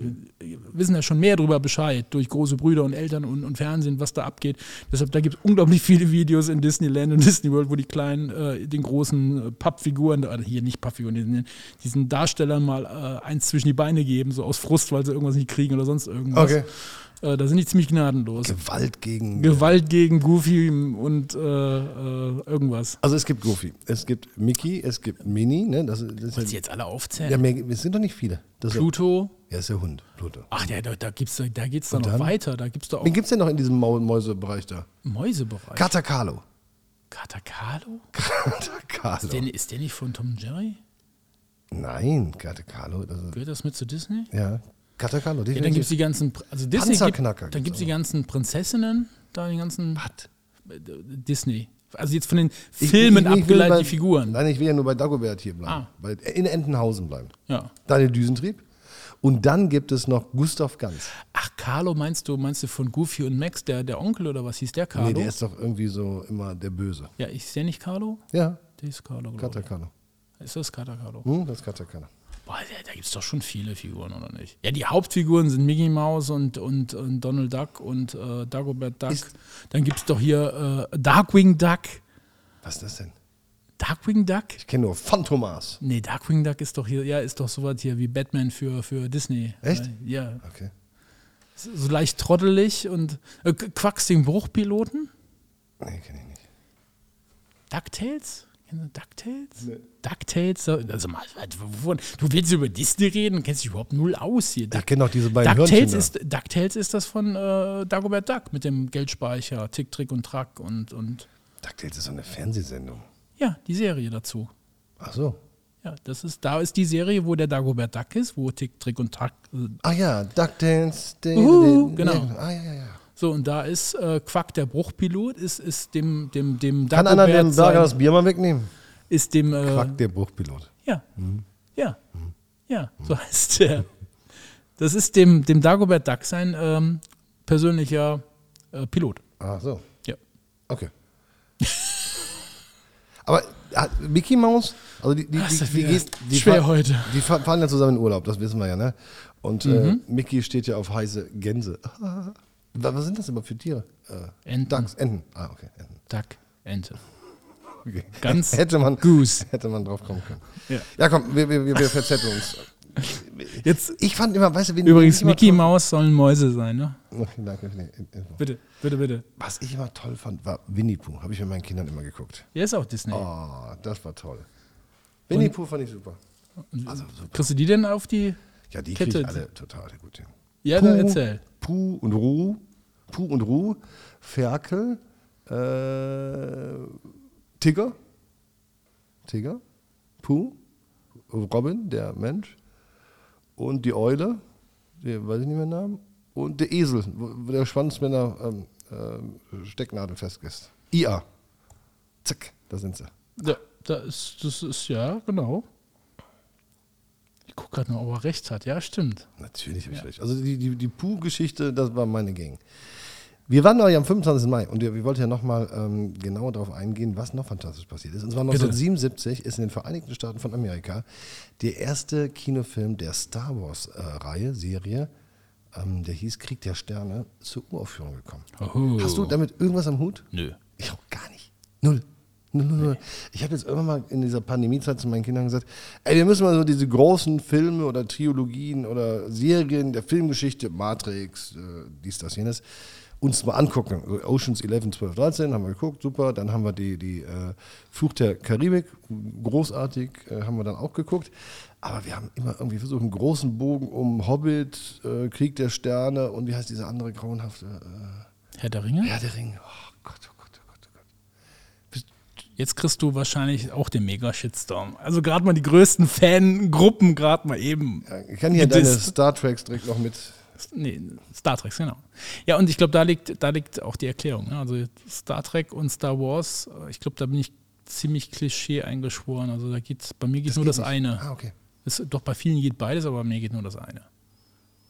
A: wissen ja schon mehr darüber Bescheid, durch große Brüder und Eltern und, und Fernsehen, was da abgeht. Deshalb, da gibt es unglaublich viele Videos in Disneyland und Disney World, wo die kleinen, äh, den großen Pappfiguren, also hier nicht Pappfiguren, diesen, diesen Darstellern mal äh, eins zwischen die Beine geben, so aus Frust, weil sie irgendwas nicht kriegen oder sonst irgendwas.
B: Okay.
A: Äh, da sind die ziemlich gnadenlos.
B: Gewalt gegen.
A: Gewalt gegen Goofy und äh, äh, irgendwas.
B: also es gibt Goofy, es gibt Mickey, es gibt Minnie, ne? Das, ist- das
A: Willst
B: ist
A: du
B: ja,
A: jetzt alle aufzählen?
B: ja, mehr, es sind doch nicht viele. Das ist,
A: Pluto.
B: ja, ist der Hund, Pluto.
A: Ach ja, da, da, gibt's, da geht's dann
B: Und
A: noch
B: dann?
A: weiter. Da gibt's da auch
B: Wen gibt's denn noch in diesem Maul Mäusebereich da?
A: Mäusebereich.
B: Katakalo. *laughs*
A: Katakalo? Ist
B: Katakalo.
A: der, ist der nicht von Tom und Jerry?
B: Nein, Katakalo. Das ist,
A: Gehört das mit zu Disney?
B: ja, Katakalo.
A: Ja, dann gibt's die ganzen. Pr- Also Disney gibt,
B: Panzerknacker
A: dann gibt's
B: gibt's
A: die
B: auch.
A: ganzen Prinzessinnen, da die ganzen
B: Was?
A: äh, Disney. Also jetzt von den
B: Ich-
A: Filmen
B: ich- ich will
A: abgeleitete
B: bei-
A: Figuren.
B: Nein, ich will ja nur bei Dagobert hier bleiben.
A: Ah.
B: Bei, in Entenhausen bleiben.
A: Ja.
B: Daniel Düsentrieb. Und dann gibt es noch Gustav Ganz.
A: Ach, Carlo meinst du, meinst du von Goofy und Max, der, der Onkel oder was hieß der Carlo?
B: Nee, der ist doch irgendwie so immer der Böse.
A: ja, ist der nicht Carlo?
B: Ja,
A: Der ist Carlo, glaube
B: Katakalo.
A: ich. Ist das Kata Carlo?
B: Hm, das ist Katakalo.
A: Boah, da, da gibt es doch schon viele Figuren, oder nicht? Ja, die Hauptfiguren sind Mickey Mouse und, und, und Donald Duck und äh, Dagobert Duck.
B: Ist-
A: Dann gibt es doch hier äh, Darkwing Duck.
B: Was ist das denn?
A: Darkwing Duck?
B: Ich kenne nur Phantomas.
A: Nee, Darkwing Duck ist doch hier, ja, ist doch sowas hier wie Batman für, für Disney.
B: Echt?
A: Äh, Ja,
B: Okay.
A: so leicht trottelig und äh, Quacks den Bruchpiloten.
B: Nee, kenne ich nicht.
A: DuckTales? Kennst du DuckTales? DuckTales? Also mal, wovon- du willst über Disney reden, kennst dich überhaupt null aus hier.
B: Ich kenne auch diese beiden
A: DuckTales
B: Hörnchen da.
A: ist, DuckTales ist das von äh, Dagobert Duck mit dem Geldspeicher, Tick, Trick und Track und, und
B: DuckTales ist so eine Fernsehsendung.
A: ja, die Serie dazu.
B: Ach so.
A: Ja, das ist, da ist die Serie, wo der Dagobert Duck ist, wo Tick, Trick und Track. Äh,
B: Ach Ah ja, DuckTales. de-
A: Uhu,
B: de-
A: genau.
B: ne. Ah ja, ja, ja.
A: so, und da ist äh, Quack der Bruchpilot, ist, ist dem, dem, dem
B: Kann einer dem Burger
A: sein,
B: das Bier mal wegnehmen?
A: ist dem äh,
B: Quack, Mhm. der Bruchpilot.
A: Ja. Ja. Ja, so *laughs* heißt der. Das ist dem, dem Dagobert Duck sein ähm, persönlicher äh, Pilot.
B: Ach so.
A: Ja.
B: Okay. Aber hat Mickey Mouse, also die, die,
A: Ach,
B: die,
A: das
B: die,
A: wär
B: geht- die
A: schwer
B: fahr-
A: heute. Mhm.
B: Die fahr- fahren ja zusammen in Urlaub, das wissen wir ja, ne? Und äh, Mickey steht ja auf heiße Gänse. *laughs* Wa- Was sind das immer für Tiere? Äh,
A: Enten.
B: Ducks, Enten. Ah, okay. Enten.
A: Duck, Ente.
B: okay.
A: Ganz
B: *laughs* hätte man,
A: Goose.
B: hätte man drauf kommen können.
A: Ja.
B: komm, wir, wir, wir, wir verzetteln uns.
A: Jetzt
B: Ich fand immer, weißt du, wen
A: übrigens,
B: ich immer
A: Mickey
B: toll-
A: Maus sollen Mäuse sein, ne?
B: Okay, danke für die In- Info.
A: Bitte, bitte, bitte.
B: Was ich immer toll fand, war Winnie Pooh. Habe ich mit meinen Kindern immer geguckt.
A: Ja, ist auch Disney.
B: Oh, das war toll. Winnie Pooh fand ich super. Also, super.
A: Kriegst du die denn auf die?
B: Ja, die
A: Kette-
B: kriege ich alle total gut hin.
A: Ja, dann erzähl.
B: Puh und Ruh, Puh und Ruh, Ferkel, äh, Tigger, Tigger, Puh, Robin, der Mensch und die Eule, die weiß ich nicht mehr den Namen, und der Esel, wo wo der Schwanz mit einer ähm, ähm, Stecknadel fest ist. Ia. Zack, da sind sie.
A: Ja, da ist, das ist, ja, genau. Ich guck gerade noch, ob er recht hat. Ja, stimmt.
B: Natürlich habe ich recht. Also die, die, die Puh-Geschichte, das war meine Gang. Wir waren ja am 25. Mai und wir, wir wollten ja nochmal ähm, genauer darauf eingehen, was noch fantastisch passiert ist. Und zwar
A: Bitte.
B: 1977 ist in den Vereinigten Staaten von Amerika der erste Kinofilm der Star Wars-Reihe, Serie, ähm, der hieß Krieg der Sterne, zur Uraufführung gekommen.
A: Oh.
B: Hast du damit irgendwas am Hut?
A: Nö.
B: Ich auch gar nicht. Null. Null, null, null. Ich habe jetzt irgendwann mal in dieser Pandemiezeit zu meinen Kindern gesagt, ey, wir müssen mal so diese großen Filme oder Trilogien oder Serien der Filmgeschichte, Matrix, äh, dies, das, jenes, uns mal angucken. So Oceans 11, 12, 13 haben wir geguckt, super. Dann haben wir die, die äh, Fluch der Karibik, großartig, äh, haben wir dann auch geguckt. Aber wir haben immer irgendwie versucht, einen großen Bogen um Hobbit, äh, Krieg der Sterne und wie heißt dieser andere grauenhafte... Äh,
A: Herr der Ringe?
B: Herr der Ringe. Oh Gott, oh Gott, oh Gott, oh Gott.
A: Jetzt kriegst du wahrscheinlich auch den Mega-Shitstorm. Also gerade mal die größten Fangruppen gerade mal eben.
B: Ja, Äh, Ich kann hier deine
A: Gedisst.
B: Star Treks direkt noch mit.
A: Nee, Star Trek, genau. Ja, und ich glaube, da liegt, da liegt auch die Erklärung. Ne? Also Star Trek und Star Wars, äh, ich glaube, da bin ich ziemlich Klischee eingeschworen. Also da geht's, bei mir geht nur
B: geht
A: das
B: nicht.
A: eine.
B: Ah, okay.
A: Es, doch bei vielen geht beides, aber bei mir geht nur das eine.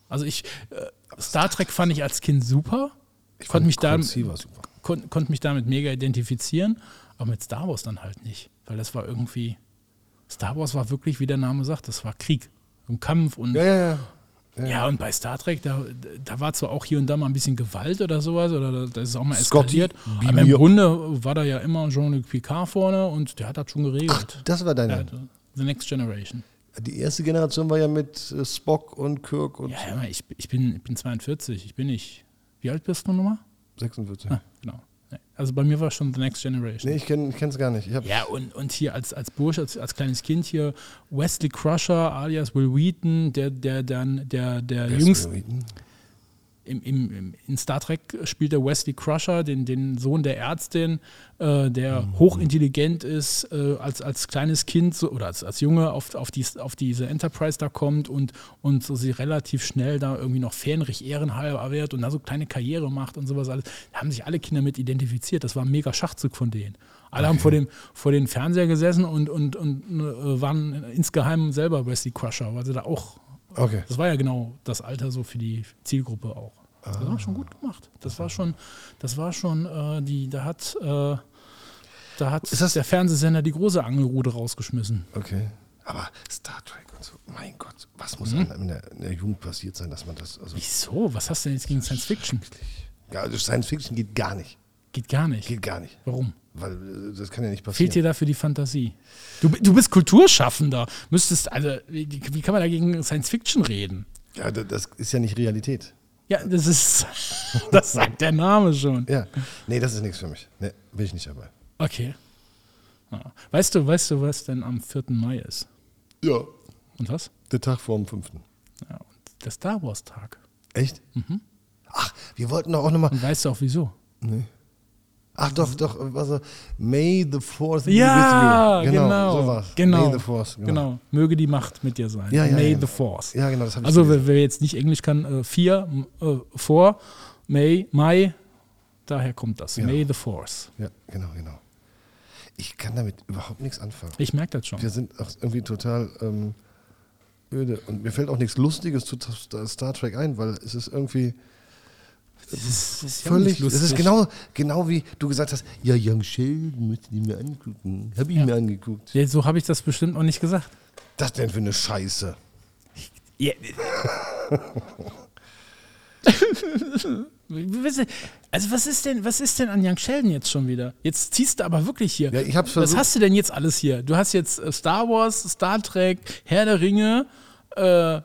A: Also ich, äh, Star Trek fand ich als Kind super. Ich konnte mich, da,
B: Conceiver super.
A: kon, konnte mich damit mega identifizieren, aber mit Star Wars dann halt nicht. Weil das war irgendwie, Star Wars war wirklich, wie der Name sagt, das war Krieg. vom Kampf und
B: Ja, ja, ja.
A: ja, und bei Star Trek, da, da war zwar auch hier und da mal ein bisschen Gewalt oder sowas, oder da, da ist es auch mal
B: Scotty,
A: eskaliert.
B: wie
A: Aber im
B: mir.
A: Grunde war da ja immer Jean-Luc Picard vorne und der hat das schon geregelt.
B: Das war
A: Ja,
B: deine.
A: The Next Generation.
B: Die erste Generation war ja mit äh, Spock und Kirk und
A: Ja, hör mal, ich, ich, bin, ich bin 42, ich bin nicht. Wie alt bist du nochmal?
B: 46.
A: Ah, genau. Nee. Also bei mir war schon The Next Generation.
B: Nee, ich kenne es gar nicht. Ich hab,
A: Ja, und, und hier als, als Bursch, als, als kleines Kind hier, Wesley Crusher alias Will Wheaton, der, der dann, der, der
B: Best
A: jüngst
B: Wilden.
A: im, im, im, in Star Trek spielt der Wesley Crusher, den, den Sohn der Ärztin, äh, der hochintelligent ist, äh, als, als kleines Kind so, oder als, als Junge auf, auf, dies, auf diese Enterprise da kommt und, und so sie relativ schnell da irgendwie noch fähnrich ehrenhalber wird und da so kleine Karriere macht und sowas alles. Da haben sich alle Kinder mit identifiziert. Das war ein mega Schachzug von denen. Alle haben vor dem, vor dem Fernseher gesessen und, und, und äh, waren insgeheim selber Wesley Crusher, weil sie da auch
B: Okay.
A: das war ja genau das Alter so für die Zielgruppe auch. Das
B: Ah.
A: war schon gut gemacht. Das war schon, das war schon äh, die, da hat, äh, da hat
B: Ist das-
A: der Fernsehsender die große Angelrute rausgeschmissen.
B: Okay. Aber Star Trek und so, mein Gott, was muss
A: Mhm.
B: einem in der, in der Jugend passiert sein, dass man das. Also,
A: Wieso? Was hast du denn jetzt gegen Science Fiction?
B: ja, also Science Fiction geht gar nicht.
A: Geht gar nicht.
B: Geht gar nicht.
A: Warum?
B: Weil äh, das kann ja nicht passieren.
A: Fehlt dir dafür die Fantasie? Du, bi- du bist Kulturschaffender. Müsstest, also, wie, wie kann man dagegen Science Fiction reden?
B: ja, da- das ist ja nicht Realität.
A: Ja, das ist, *laughs* das sagt der Name schon.
B: Ja. Nee, das ist nichts für mich. Nee, bin ich nicht dabei.
A: Okay. Ja. Weißt du, weißt du, was denn am 4. Mai ist?
B: Ja.
A: Und was?
B: Der Tag vor dem 5.
A: Ja, und der Star Wars Tag.
B: Echt?
A: Mhm.
B: Ach, wir wollten doch auch nochmal.
A: Und weißt du auch wieso?
B: Ach doch, doch, äh, was äh, May the Fourth be
A: Ja,
B: with you.
A: genau.
B: So war's.
A: genau.
B: May the Fourth.
A: genau. Möge die Macht mit dir sein.
B: Ja, ja,
A: May
B: ja.
A: the Force.
B: Ja, genau, das habe ich
A: also,
B: gelesen.
A: wer, wer jetzt nicht Englisch kann, äh, vier, m- äh, vor, May, Mai, daher kommt das. May the Force.
B: Ja, genau, genau. Ich kann damit überhaupt nichts anfangen.
A: Ich merke das schon.
B: Wir sind auch irgendwie total ähm, öde. Und mir fällt auch nichts Lustiges zu T- Star- Star Trek ein, weil es ist irgendwie
A: Das ist, das ist ja auch
B: völlig.
A: nicht lustig.
B: Es ist genau, genau wie du gesagt hast: Ja, Young Sheldon müsste ich mir angucken. Habe ich mir angeguckt.
A: Ja, so habe ich das bestimmt auch nicht gesagt.
B: Das denn für eine Scheiße?
A: *laughs* Ja. Weißt du, Also was ist denn, was ist denn an Young Sheldon jetzt schon wieder? Jetzt ziehst du aber wirklich hier.
B: Ja, ich hab's
A: was
B: versucht.
A: hast du denn jetzt alles hier? Du hast jetzt äh, Star Wars, Star Trek, Herr der Ringe. Äh,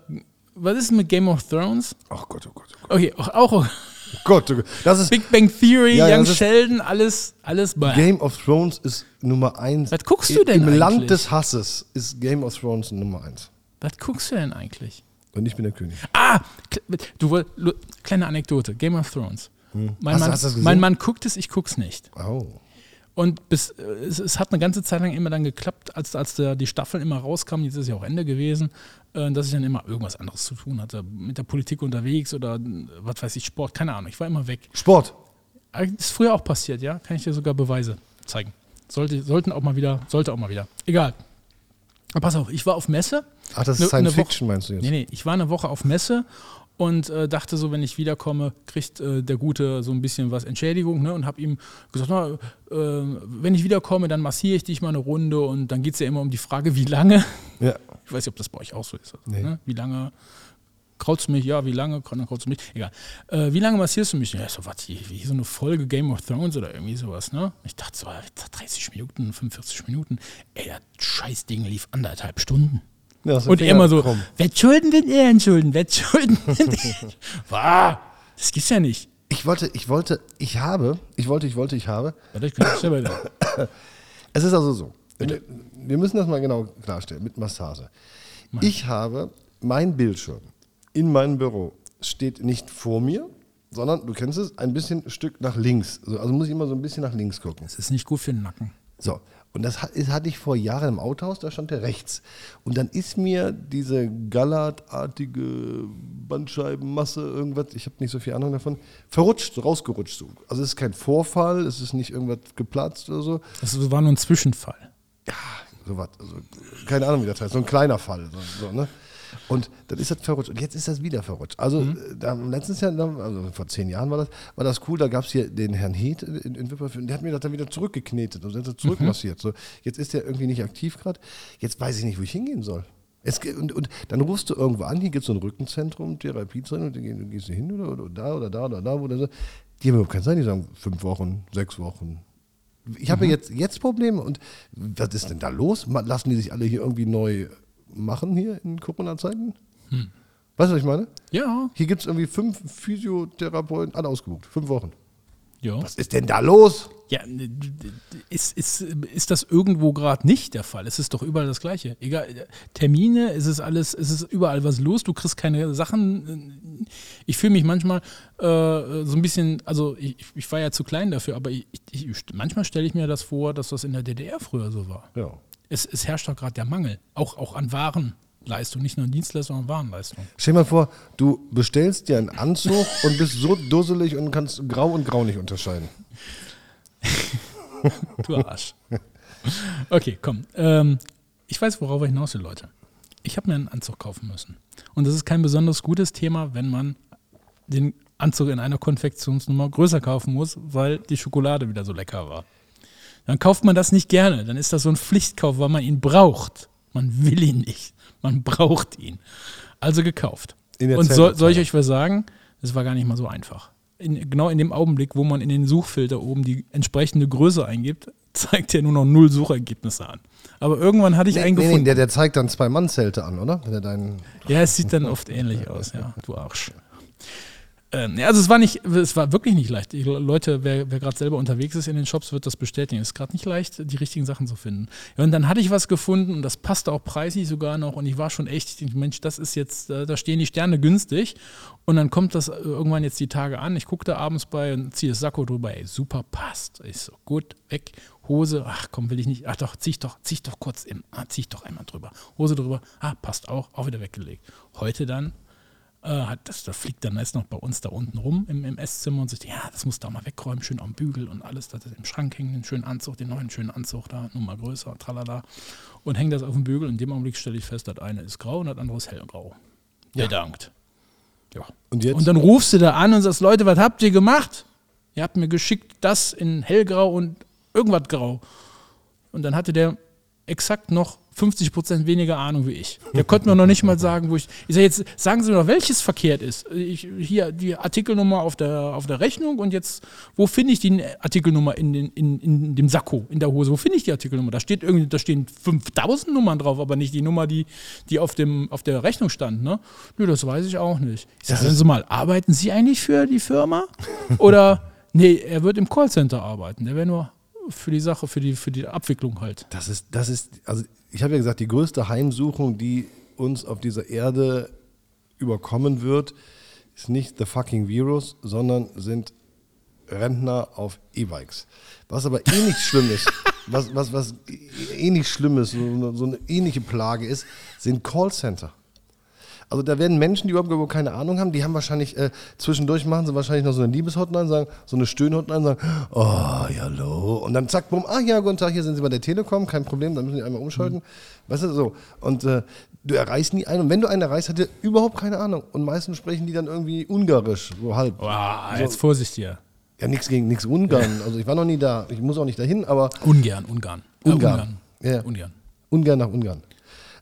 A: was ist denn mit Game of Thrones?
B: Ach Gott, oh Gott, oh Gott.
A: Okay, auch, auch *laughs*
B: Oh Gott, oh Gott. Das ist
A: Big Bang Theory,
B: Ja, ja,
A: Young
B: das ist-
A: Sheldon, alles, alles. bäh.
B: Game of Thrones ist Nummer eins.
A: Was guckst du denn
B: Im
A: eigentlich?
B: Land des Hasses ist Game of Thrones Nummer eins.
A: Was guckst du denn eigentlich?
B: Und ich bin der König.
A: Ah, kle- du woll- lu- kleine Anekdote. Game of Thrones. Mein,
B: Hm. Hast du-
A: Mann,
B: hast du das gesehen?
A: mein Mann guckt es, ich guck's nicht.
B: Oh.
A: Und bis, äh, es, es hat eine ganze Zeit lang immer dann geklappt, als, als der, die Staffeln immer rauskamen, jetzt ist ja auch Ende gewesen, äh, dass ich dann immer irgendwas anderes zu tun hatte. Mit der Politik unterwegs oder äh, was weiß ich, Sport, keine Ahnung. Ich war immer weg.
B: Sport.
A: Aber Ist früher auch passiert, ja? Kann ich dir sogar Beweise zeigen. Sollte, sollten auch mal wieder, sollte auch mal wieder. Egal. Aber Pass auf, ich war auf Messe.
B: Ach, das ist
A: Ne-
B: Science
A: ne Woche-
B: Fiction, meinst du jetzt?
A: Nee, nee, ich war eine Woche auf Messe und äh, dachte so, wenn ich wiederkomme, kriegt äh, der Gute so ein bisschen was Entschädigung ne? und habe ihm gesagt, na, äh, wenn ich wiederkomme, dann massiere ich dich mal eine Runde und dann geht es ja immer um die Frage, wie lange. *laughs*
B: Ja.
A: Ich weiß nicht, ob das bei euch auch so ist. Also, ne? Wie lange krautst du mich? Ja, wie lange? Kann- Dann krautst du mich? Egal. Äh, wie lange massierst du mich? Ja, so was, wie wie so eine Folge Game of Thrones oder irgendwie sowas, ne? Ich dachte so, Alter, 30 Minuten, 45 Minuten. Ey, das Scheißding lief anderthalb Stunden.
B: Ja, aus dem
A: Und
B: Finger
A: er immer so,
B: krumm.
A: wer hat Schulden wird er entschulden, wer *laughs* hat Schulden wird er Wah, Das gibt's ja nicht.
B: Ich wollte, ich wollte, ich habe, ich wollte, ich wollte, ich habe.
A: Warte, ich kann das selber sagen.
B: Es ist also so. Wir müssen das mal genau klarstellen mit Massage. Ich habe mein Bildschirm in meinem Büro steht nicht vor mir, sondern du kennst es, ein bisschen Stück nach links. So, Also muss ich immer so ein bisschen nach links gucken.
A: Das ist nicht gut für den Nacken.
B: So, und das hat- das hatte ich vor Jahren im Autohaus, da stand der rechts. Und dann ist mir diese gallertartige Bandscheibenmasse, irgendwas, ich habe nicht so viel Ahnung davon, verrutscht, so rausgerutscht. So. Also es ist kein Vorfall, es ist nicht irgendwas geplatzt oder so.
A: Das war nur ein Zwischenfall.
B: Ja, sowas. Also, keine Ahnung, wie das heißt. So ein kleiner Fall. So, so, ne? Und dann ist das verrutscht. Und jetzt ist das wieder verrutscht. Also äh, da, letztes Jahr, da- also vor zehn Jahren war das, war das cool. Da gab es hier den Herrn Heath in, in Wipperfürth. Der hat mir das dann wieder also, zurückgeknetet und hat das zurückmassiert. So, jetzt ist der irgendwie nicht aktiv gerade. Jetzt weiß ich nicht, wo ich hingehen soll. Es, ge- und, und dann rufst du irgendwo an, hier gibt es so ein Rückenzentrum, Therapiezentrum, und dann geh- gehst du hin oder, oder da oder da oder da. Oder so. Die haben überhaupt keine Zeit, die sagen fünf Wochen, sechs Wochen. Ich habe jetzt, jetzt Probleme und was ist denn da los? Ma- Lassen die sich alle hier irgendwie neu machen hier in Corona-Zeiten? Weißt du, was ich meine?
A: Ja,
B: Hier gibt es irgendwie fünf Physiotherapeuten, alle ausgebucht, fünf Wochen.
A: ja.
B: Was ist denn da los?
A: Ja, ne, ist, ist, ist das irgendwo gerade nicht der Fall? Es ist doch überall das Gleiche. Egal, äh, Termine, es ist alles, es ist überall was los, du kriegst keine Sachen. Ich fühle mich manchmal äh, so ein bisschen, also ich, ich war ja zu klein dafür, aber ich, ich, manchmal stelle ich mir das vor, dass das in der DDR früher so war.
B: Ja.
A: Es, es herrscht doch gerade der Mangel, auch, auch an Warenleistung, nicht nur an Dienstleistung, sondern an Warenleistung.
B: Stell dir mal vor, du bestellst dir einen Anzug und bist so dusselig und kannst grau und grau nicht unterscheiden.
A: Du
B: *laughs*
A: Arsch. Okay, komm. Ähm, ich weiß, worauf ich hinaus will, Leute. Ich habe mir einen Anzug kaufen müssen. Und das ist kein besonders gutes Thema, wenn man den Anzug in einer Konfektionsnummer größer kaufen muss, weil die Schokolade wieder so lecker war. Dann kauft man das nicht gerne. Dann ist das so ein Pflichtkauf, weil man ihn braucht. Man will ihn nicht. Man braucht ihn. Also gekauft.
B: In der
A: Und so,
B: Zeit-
A: soll ich euch was sagen? Es war gar nicht mal so einfach. In, genau in dem Augenblick, wo man in den Suchfilter oben die entsprechende Größe eingibt, *laughs* zeigt er nur noch null Suchergebnisse an. Aber irgendwann hatte ich einen gefunden.
B: der, der zeigt dann zwei Mann-Zelte an, oder? Wenn er deinen.
A: Ja, es sieht dann oft ähnlich aus, ja, du Arsch. Ähm, ja, also es war nicht, es war wirklich nicht leicht. Die Leute, wer, wer gerade selber unterwegs ist in den Shops, wird das bestätigen. Es ist gerade nicht leicht, die richtigen Sachen zu finden. Ja, und dann hatte ich was gefunden und das passte auch preislich sogar noch und ich war schon echt, ich denk, Mensch, das ist jetzt, äh, da stehen die Sterne günstig. Und dann kommt das äh, irgendwann jetzt die Tage an. Ich gucke da abends bei und ziehe das Sakko drüber. Ey, super passt. Ich so, gut, weg. Hose, ach komm, will ich nicht. Ach doch, zieh ich doch, zieh ich doch kurz im. Ah, zieh ich doch einmal drüber. Hose drüber, ah, passt auch, auch wieder weggelegt. Heute dann äh, hat das, da fliegt dann jetzt noch bei uns da unten rum im, im Esszimmer und sagt, ja, das muss da mal wegräumen, schön am Bügel und alles, das ist im Schrank hängen, den schönen Anzug, den neuen schönen Anzug da, nun mal größer, tralala. Und hängt das auf dem Bügel. In dem Augenblick stelle ich fest, das eine ist grau und das andere ist hellgrau. Bedankt. Ja.
B: Und jetzt?
A: Und dann rufst du da an und sagst, Leute, was habt ihr gemacht? Ihr habt mir geschickt, das in hellgrau und irgendwas grau. Und dann hatte der exakt noch 50 Prozent weniger Ahnung wie ich. Der konnte mir noch nicht mal sagen, wo ich. Ich sag jetzt sagen Sie mir doch, welches verkehrt ist. Ich, hier die Artikelnummer auf der, auf der Rechnung und jetzt, wo finde ich die Artikelnummer in, den, in, in dem Sakko, in der Hose? Wo finde ich die Artikelnummer? Da, steht irgendwie, da stehen 5000 Nummern drauf, aber nicht die Nummer, die, die auf, dem, auf der Rechnung stand. Ne? Nö, das weiß ich auch nicht. Ich sage, sagen Sie mal, arbeiten Sie eigentlich für die Firma? Oder, nee, er wird im Callcenter arbeiten. Der wäre nur für die Sache, für die, für die Abwicklung halt.
B: Das ist, das ist, also ich habe ja gesagt, die größte Heimsuchung, die uns auf dieser Erde überkommen wird, ist nicht the fucking Virus, sondern sind Rentner auf E-Bikes. Was aber eh nicht schlimm ist, was, was, was eh nicht schlimm ist, so, eine- so eine ähnliche Plage ist, sind Callcenter. Also da werden Menschen, die überhaupt keine Ahnung haben, die haben wahrscheinlich, äh, zwischendurch machen sie wahrscheinlich noch so eine Liebeshotline, sagen, so eine Stöhnhotline, sagen, oh, ja, hallo. Und dann zack, bumm, ach ja, guten Tag, hier sind sie bei der Telekom, kein Problem, dann müssen die einmal umschalten. Weißt du, so. Und äh, du erreichst nie einen. Und wenn du einen erreichst, hat er überhaupt keine Ahnung. Und meistens sprechen die dann irgendwie Ungarisch, so halb.
A: Wow, jetzt Vorsicht hier.
B: Ja, nichts gegen nichts Ungarn. Also ich war noch nie da. Ich muss auch nicht dahin, aber
A: Ungern, Ungarn. Äh,
B: Ungarn. Ja.
A: Ungarn. Ungarn.
B: Ungarn nach Ungarn.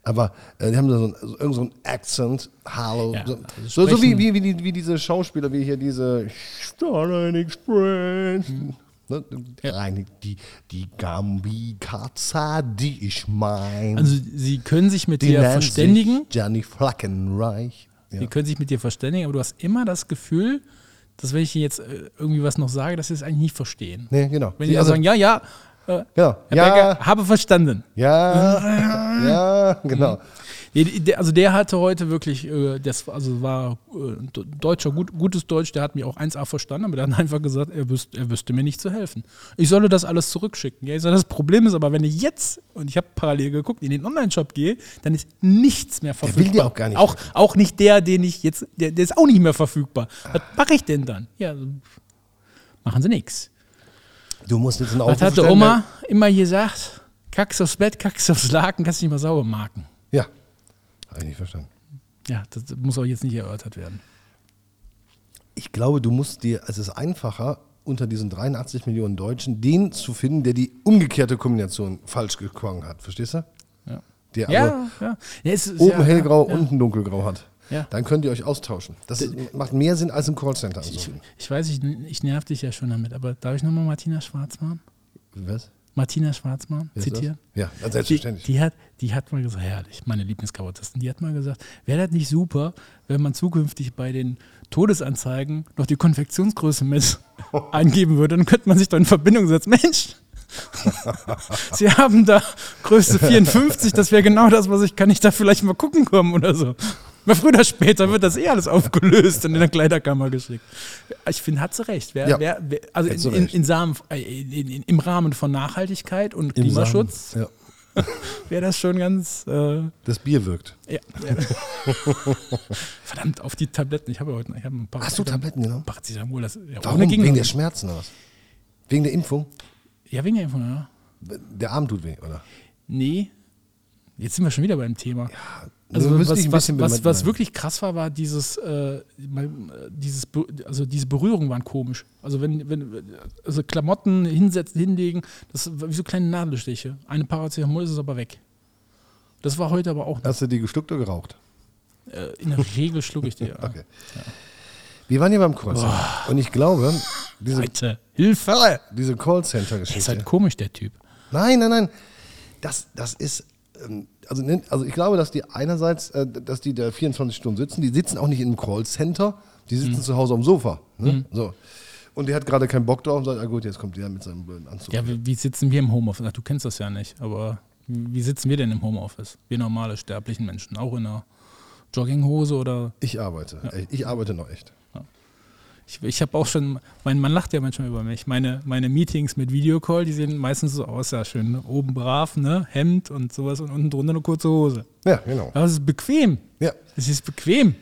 B: Aber äh, die haben da so, ein, so irgend so ein Accent, Hallo.
A: Ja,
B: so
A: also
B: so, so wie,
A: sprechen-
B: wie, wie, die, wie diese Schauspieler, wie hier diese Starlight Express.
A: Mhm.
B: Ne? Rein, die, die Gambi Katza, die ich mein.
A: Also sie können sich mit
B: die
A: dir
B: nennt sich
A: verständigen.
B: Gianni Flackenreich. Ja.
A: Sie können sich mit dir verständigen, aber du hast immer das Gefühl, dass wenn ich jetzt äh, irgendwie was noch sage, dass sie es eigentlich nicht verstehen.
B: Nee, genau.
A: Wenn
B: Sie-
A: die also, sagen,
B: also-
A: ja, ja, äh,
B: Genau.
A: Herr
B: Ja.
A: Becker, habe verstanden. *laughs*
B: Ja, ja,
A: Mhm.
B: genau.
A: Nee, die- der- Also der hatte heute wirklich, äh, das war- also war äh, ein Do- deutscher, gut, gutes Deutsch, der hat mich auch 1A verstanden, aber der hat einfach gesagt, er wüsste, er wüsste mir nicht zu helfen. Ich solle das alles zurückschicken. Ja, ich sage, das Problem ist aber, wenn ich jetzt, und ich habe parallel geguckt, in den Online-Shop gehe, dann ist nichts mehr
B: will dir
A: verfügbar.
B: auch gar nicht
A: Auch, auch nicht der, den ich jetzt, der, der ist auch nicht mehr verfügbar.
B: Ah.
A: Was mache ich denn dann? Ja, also, machen Sie nichts.
B: Du musst jetzt einen
A: Was
B: Aufruf
A: hat die
B: stellen,
A: Oma immer gesagt? Kackst aufs Bett, kackst aufs Laken, kannst nicht mal sauber marken.
B: wenn- Ja. Habe ich nicht verstanden.
A: Ja, das muss auch jetzt nicht erörtert werden.
B: Ich glaube, du musst dir, es ist einfacher, unter diesen 83 Millionen Deutschen den zu finden, der die umgekehrte Kombination falsch geklungen hat. Verstehst du?
A: Ja.
B: der aber
A: Ja, ja. ja es ist,
B: also oben
A: ja,
B: hellgrau, unten dunkelgrau hat.
A: Ja.
B: Dann könnt ihr euch austauschen. Das ist, macht mehr Sinn als im Callcenter.
A: Ich,
B: anzurufen.
A: ich weiß, ich, ich nerv dich ja schon damit, aber darf ich nochmal Martina Schwarzmann?
B: Was?
A: Martina Schwarzmann
B: Wer ist das?
A: zitieren?
B: Ja,
A: Die,
B: selbstverständlich.
A: die, hat, die hat mal gesagt, herrlich, meine Lieblingskabarettisten, die hat mal gesagt, wäre das nicht super, wenn man zukünftig bei den Todesanzeigen noch die Konfektionsgröße
B: *laughs*
A: mit eingeben würde, dann könnte man sich doch in Verbindung setzen. Mensch, Sie haben da Größe 54, das wäre genau das, was ich, kann ich da vielleicht mal gucken kommen oder so. Mal früher oder später wird das eh alles aufgelöst und in der Kleiderkammer geschickt. Ich finde, hat sie recht. Wer,
B: Ja,
A: wer, wer, also
B: hat sie
A: in, in,
B: recht.
A: in Samen, äh, in, in, im Rahmen von Nachhaltigkeit und
B: Im Samen.
A: Klimaschutz
B: Ja.
A: wäre das schon ganz. Äh,
B: Das Bier wirkt.
A: ja. *laughs* Verdammt, auf die Tabletten. Ich habe ja heute ich habe ein paar.
B: Ach so, Tabletten, genau.
A: Paracetamol, das ja,
B: Warum?
A: ohne ging
B: Wegen der
A: das
B: Schmerzen oder was? Wegen der Impfung?
A: nicht. Ja, wegen der Impfung, ja.
B: Der Arm tut weh, oder?
A: Nee. Jetzt sind wir schon wieder beim Thema.
B: Also,
A: Also was,
B: wir müssen dich ein
A: was,
B: bisschen
A: was,
B: bemühen.
A: was wirklich krass war, war dieses, äh, mal, äh, dieses Be- also diese Berührungen waren komisch. Also wenn, wenn also Klamotten hinsetzen, hinlegen, das war wie so kleine Nadelstiche. Eine Paracetamol ist es aber weg. Das war heute aber auch
B: Hast du die geschluckt oder geraucht?
A: äh, in der Regel schlucke ich dir. Ja.
B: *laughs* Okay. Wir waren ja beim Callcenter. Und ich glaube, diese,
A: Leute, Hilfe!
B: diese
A: Ist
B: Callcenter-Geschichte.
A: halt komisch, der Typ.
B: Nein, nein, nein. Das, das ist. ähm, Also, nen- also ich glaube, dass die einerseits, äh, dass die da 24 Stunden sitzen, die sitzen auch nicht im Callcenter, die sitzen
A: Mhm.
B: zu Hause am Sofa. Ne? So. Und der hat gerade keinen Bock drauf und sagt, ah gut, jetzt kommt der mit seinem blöden Anzug.
A: Ja, wie, wie sitzen wir im Homeoffice? Ach, du kennst das ja nicht, aber wie sitzen wir denn im Homeoffice? Wir normale sterblichen Menschen, auch in einer Jogginghose oder
B: Ich arbeite. Echt, Ich arbeite noch echt.
A: ich, ich habe auch schon, mein Mann lacht ja manchmal über mich. Meine, meine Meetings mit Videocall, die sehen meistens so aus, ja schön, ne? oben brav, ne, Hemd und sowas und unten drunter eine kurze Hose.
B: Ja, genau.
A: Aber es ist bequem.
B: Ja.
A: Es ist bequem.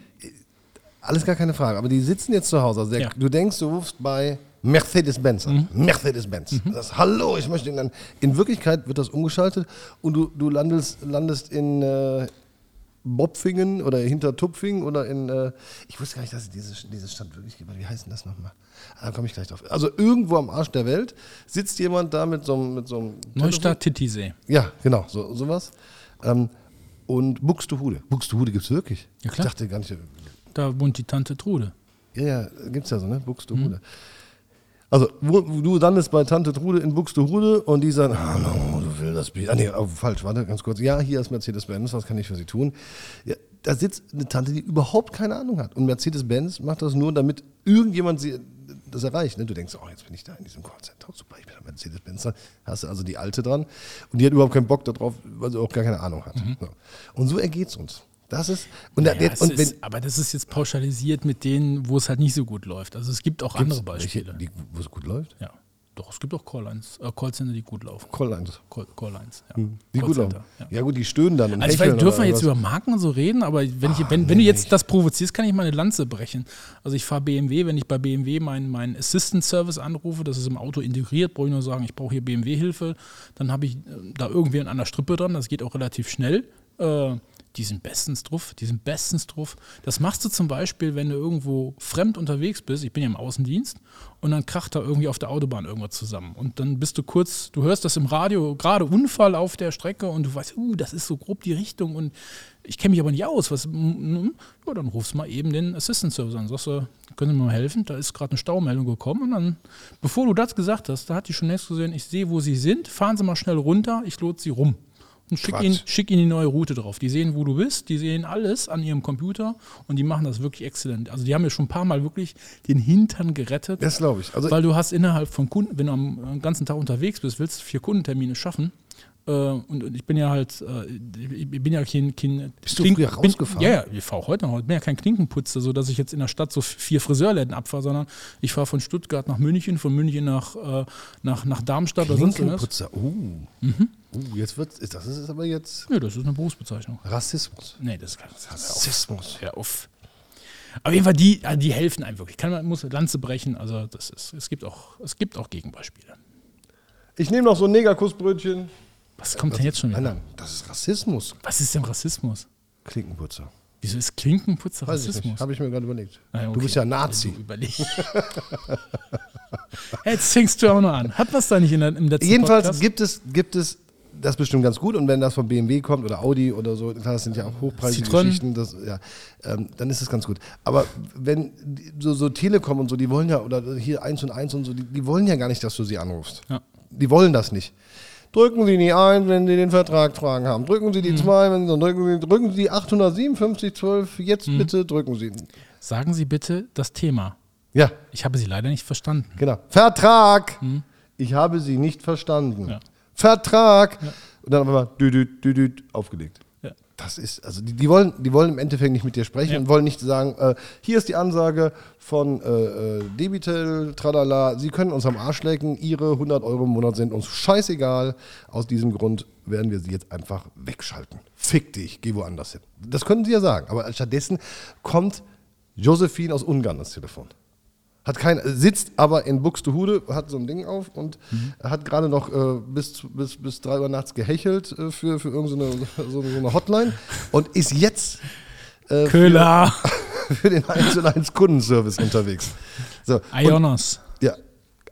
B: Alles gar keine Frage. Aber die sitzen jetzt zu Hause. Also der,
A: Ja. Mhm.
B: Du denkst, du rufst bei Mercedes-Benz an. Mercedes-Benz. Das, Hallo, ich möchte ihn dann. In Wirklichkeit wird das umgeschaltet und du, du landest, landest in äh, Bopfingen oder hinter Tupfing oder in. Äh, ich wusste gar nicht, dass es diese, diese Stadt wirklich gibt. Wie heißt denn das nochmal? Ah, da komme ich gleich drauf. Also irgendwo am Arsch der Welt sitzt jemand da mit so einem. Mit so einem
A: Neustadt Titisee.
B: ja, genau, so, sowas. Ähm, und Buxtehude. Buxtehude gibt es wirklich.
A: Ja, klar.
B: Ich dachte gar nicht.
A: Da wohnt die Tante Trude.
B: Ja, ja, gibt's ja so, ne? Buxtehude.
A: Mhm.
B: Also, wo, wo du landest bei Tante Trude in Buxtehude und die sagen, ah, no, du willst das Bier. Ah, nee, oh, falsch, warte, ganz kurz. Ja, hier ist Mercedes-Benz, was kann ich für sie tun? Ja, da sitzt eine Tante, die überhaupt keine Ahnung hat. Und Mercedes-Benz macht das nur, damit irgendjemand sie das erreicht. Ne? Du denkst, oh, jetzt bin ich da in diesem Callcenter, super, ich bin am Mercedes-Benz. Da Hast du also die Alte dran und die hat überhaupt keinen Bock darauf, weil sie auch gar keine Ahnung hat. So. Und so ergeht's uns. Das ist, und, da,
A: Mhm. Ja, es
B: und wenn,
A: ist, aber das ist jetzt pauschalisiert mit denen, wo es halt nicht so gut läuft. Also es gibt auch andere
B: welche,
A: Beispiele.
B: die, wo es gut läuft?
A: Ja. Doch, es gibt auch Call-Lines, äh, Callcenter, die gut laufen.
B: Call 1.
A: Call- Call-Lines, ja.
B: Hm, Die gut laufen.
A: Callcenter,
B: Ja.
A: ja.
B: gut, die stöhnen dann. Und
A: Also ich
B: hecheln
A: weiß, dürfen wir
B: oder
A: jetzt über
B: was. Ah,
A: Marken und so reden, aber wenn, ich, wenn, wenn du jetzt das provozierst, kann ich meine Lanze brechen. Also ich fahre BMW, wenn ich bei BMW meinen meinen Assistant Service anrufe, das ist im Auto integriert, brauche ich nur sagen, ich brauche hier BMW-Hilfe, dann habe ich äh, da irgendwen an der Strippe dran, das geht auch relativ schnell. Äh, die sind bestens drauf, die sind bestens drauf. Das machst du zum Beispiel, wenn du irgendwo fremd unterwegs bist, ich bin ja im Außendienst, und dann kracht da irgendwie auf der Autobahn irgendwas zusammen. Und dann bist du kurz, du hörst das im Radio, gerade Unfall auf der Strecke und du weißt, uh, das ist so grob die Richtung und ich kenne mich aber nicht aus. Was, mm, mm, ja, dann rufst mal eben den Assistant Service an. Sagst du, können Sie mir mal helfen? Da ist gerade eine Staumeldung gekommen. Und dann, bevor du das gesagt hast, da hat die schon längst gesehen, ich sehe, wo Sie sind, fahren Sie mal schnell runter, ich lot Sie rum. Und schick
B: Quatsch.
A: ihnen, schick ihnen die neue Route drauf. Die sehen, wo du bist, die sehen alles an ihrem Computer und die machen das wirklich exzellent. Also die haben mir schon ein paar Mal wirklich den Hintern gerettet.
B: Das glaube ich. Also,
A: Weil du hast innerhalb von Kunden, wenn du am äh, ganzen Tag unterwegs bist, willst du vier Kundentermine schaffen. Äh, Und und ich bin ja halt, äh, ich ich bin ja kein, kein
B: Bist du früher rausgefahren?
A: Bin, ja, ja, ich fahre heute noch. Ich bin ja kein Klinkenputzer, so dass ich jetzt in der Stadt so vier Friseurläden abfahre, sondern ich fahre von Stuttgart nach München, von München nach, äh, nach, nach Darmstadt oder sonst irgendwas.
B: Klinkenputzer. Uh.
A: Mhm.
B: uh, jetzt wird ist das ist aber jetzt
A: Nö, das ist eine Berufsbezeichnung.
B: Rassismus.
A: Nee, das kann das hör auf.
B: Rassismus.
A: Hör auf. Auf jeden Fall, die, also die helfen einem wirklich. Kann man muss eine Lanze brechen. Also das ist, es gibt auch, es gibt auch Gegenbeispiele.
B: Ich nehme noch so ein Negerkussbrötchen.
A: Was kommt denn jetzt schon
B: Nein,
A: wieder?
B: nein, das ist Rassismus.
A: Was ist denn Rassismus?
B: Klinkenputzer.
A: Wieso ist Klinkenputzer
B: Weiß ich
A: Rassismus?
B: nicht. Habe ich mir gerade überlegt.
A: Ah, okay.
B: Du bist ja Nazi.
A: Also überleg. *laughs* Jetzt fängst du auch noch an. Hat was da nicht in der, im letzten
B: Jedenfalls
A: Podcast?
B: gibt es, gibt es das ist bestimmt ganz gut. Und wenn das von BMW kommt oder Audi oder so, klar, das sind ja auch hochpreisige
A: Citroën.
B: Geschichten, das, ja, ähm, dann ist es ganz gut. Aber wenn die- so, so Telekom und so, die wollen ja, oder hier 1 und 1 und so, die, die wollen ja gar nicht, dass du sie anrufst.
A: Ja.
B: Die wollen das nicht. Drücken Sie die 1, wenn Sie den Vertrag fragen haben. Drücken
A: Mhm.
B: Sie die 2, wenn Sie, drücken Sie, drücken Sie die 857, 12, jetzt
A: Mhm.
B: bitte drücken Sie.
A: Sagen Sie bitte das Thema.
B: Ja,
A: Ich habe Sie leider nicht verstanden.
B: Genau. Vertrag. Ich habe sie nicht verstanden.
A: Mhm. Ja.
B: Vertrag. Und dann auf einmal dü -dü -dü -dü, aufgelegt.
A: Ja.
B: Das ist, also die, die, wollen, die wollen im Endeffekt nicht mit dir sprechen
A: Ja.
B: und wollen nicht sagen, äh, hier ist die Ansage von äh, äh, Debitel, tralala, sie können uns am Arsch lecken, ihre 100 Euro im Monat sind uns scheißegal. Aus diesem Grund werden wir sie jetzt einfach wegschalten. Fick dich, geh woanders hin. Das können sie ja sagen, aber stattdessen kommt Josephine aus Ungarn ans Telefon. Hat kein, sitzt aber in Buxtehude, hat so ein Ding auf und hat gerade noch äh, bis, zu- bis, bis 3 Uhr nachts gehechelt äh, für, für irgendeine so, so eine Hotline und ist jetzt äh,
A: Köhler,
B: *laughs* für den 1 zu 1 Kundenservice unterwegs. So,
A: Ionos.
B: ja,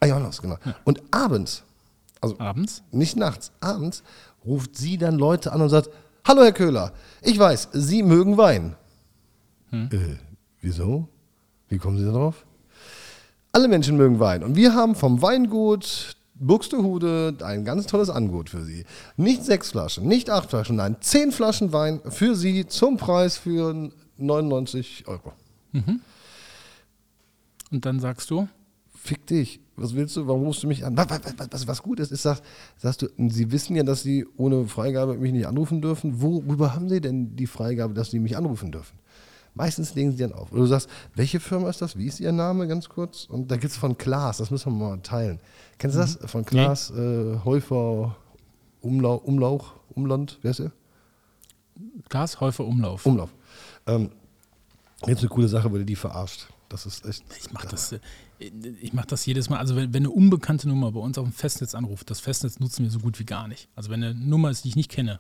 B: Ionos, genau. Und abends, also
A: Abends?
B: nicht nachts, abends ruft sie dann Leute an und sagt, hallo Herr Köhler, ich weiß, Sie mögen Wein. Äh, wieso? Wie kommen Sie da drauf? Alle Menschen mögen Wein und wir haben vom Weingut Buxtehude ein ganz tolles Angebot für Sie. Nicht sechs Flaschen, nicht acht Flaschen, nein, zehn Flaschen Wein für Sie zum Preis für 99 Euro.
A: Und dann sagst du,
B: fick dich, was willst du, warum rufst du mich an? Was, was, was, was, was gut ist, ist, sagst, sagst du, sie wissen ja, dass sie ohne Freigabe mich nicht anrufen dürfen. Worüber haben sie denn die Freigabe, dass sie mich anrufen dürfen? Meistens legen sie dann auf. Oder du sagst, welche Firma ist das? Wie ist ihr Name? Ganz kurz. Und da gibt es von Klaas, das müssen wir mal teilen. Kennst du
A: Mhm.
B: das? Von Klaas, äh, Häufer, Umlau, Umlauch, Umland, wer ist er?
A: Gas, Häufer, Umlauf.
B: Umlauf. Ähm, jetzt eine coole Sache, wurde die verarscht. Das ist echt.
A: Ich mache das, äh, ich mach das jedes Mal. Also, wenn, wenn eine unbekannte Nummer bei uns auf dem Festnetz anruft, das Festnetz nutzen wir so gut wie gar nicht. Also, wenn eine Nummer ist, die ich nicht kenne,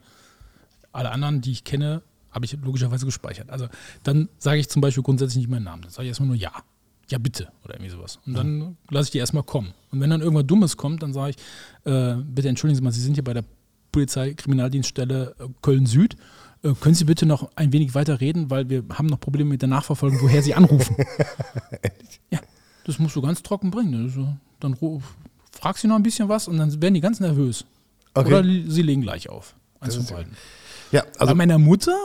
A: alle anderen, die ich kenne, habe ich logischerweise gespeichert. Also, dann sage ich zum Beispiel grundsätzlich nicht meinen Namen. Dann sage ich erstmal nur Ja. Ja, bitte. Oder irgendwie sowas. Und dann lasse ich die erstmal kommen. Und wenn dann irgendwas Dummes kommt, dann sage ich: äh, Bitte entschuldigen Sie mal, Sie sind hier bei der Polizei-Kriminaldienststelle äh, Köln-Süd. Äh, Können Sie bitte noch ein wenig weiter reden, weil wir haben noch Probleme mit der Nachverfolgung, woher Sie anrufen. Ja, das musst du ganz trocken bringen. Das ist so- Dann ru- fragst du noch ein bisschen was und dann werden die ganz nervös.
B: Okay.
A: Oder li- sie legen gleich auf. Eins von beiden.
B: Ja, also
A: Bei meiner Mutter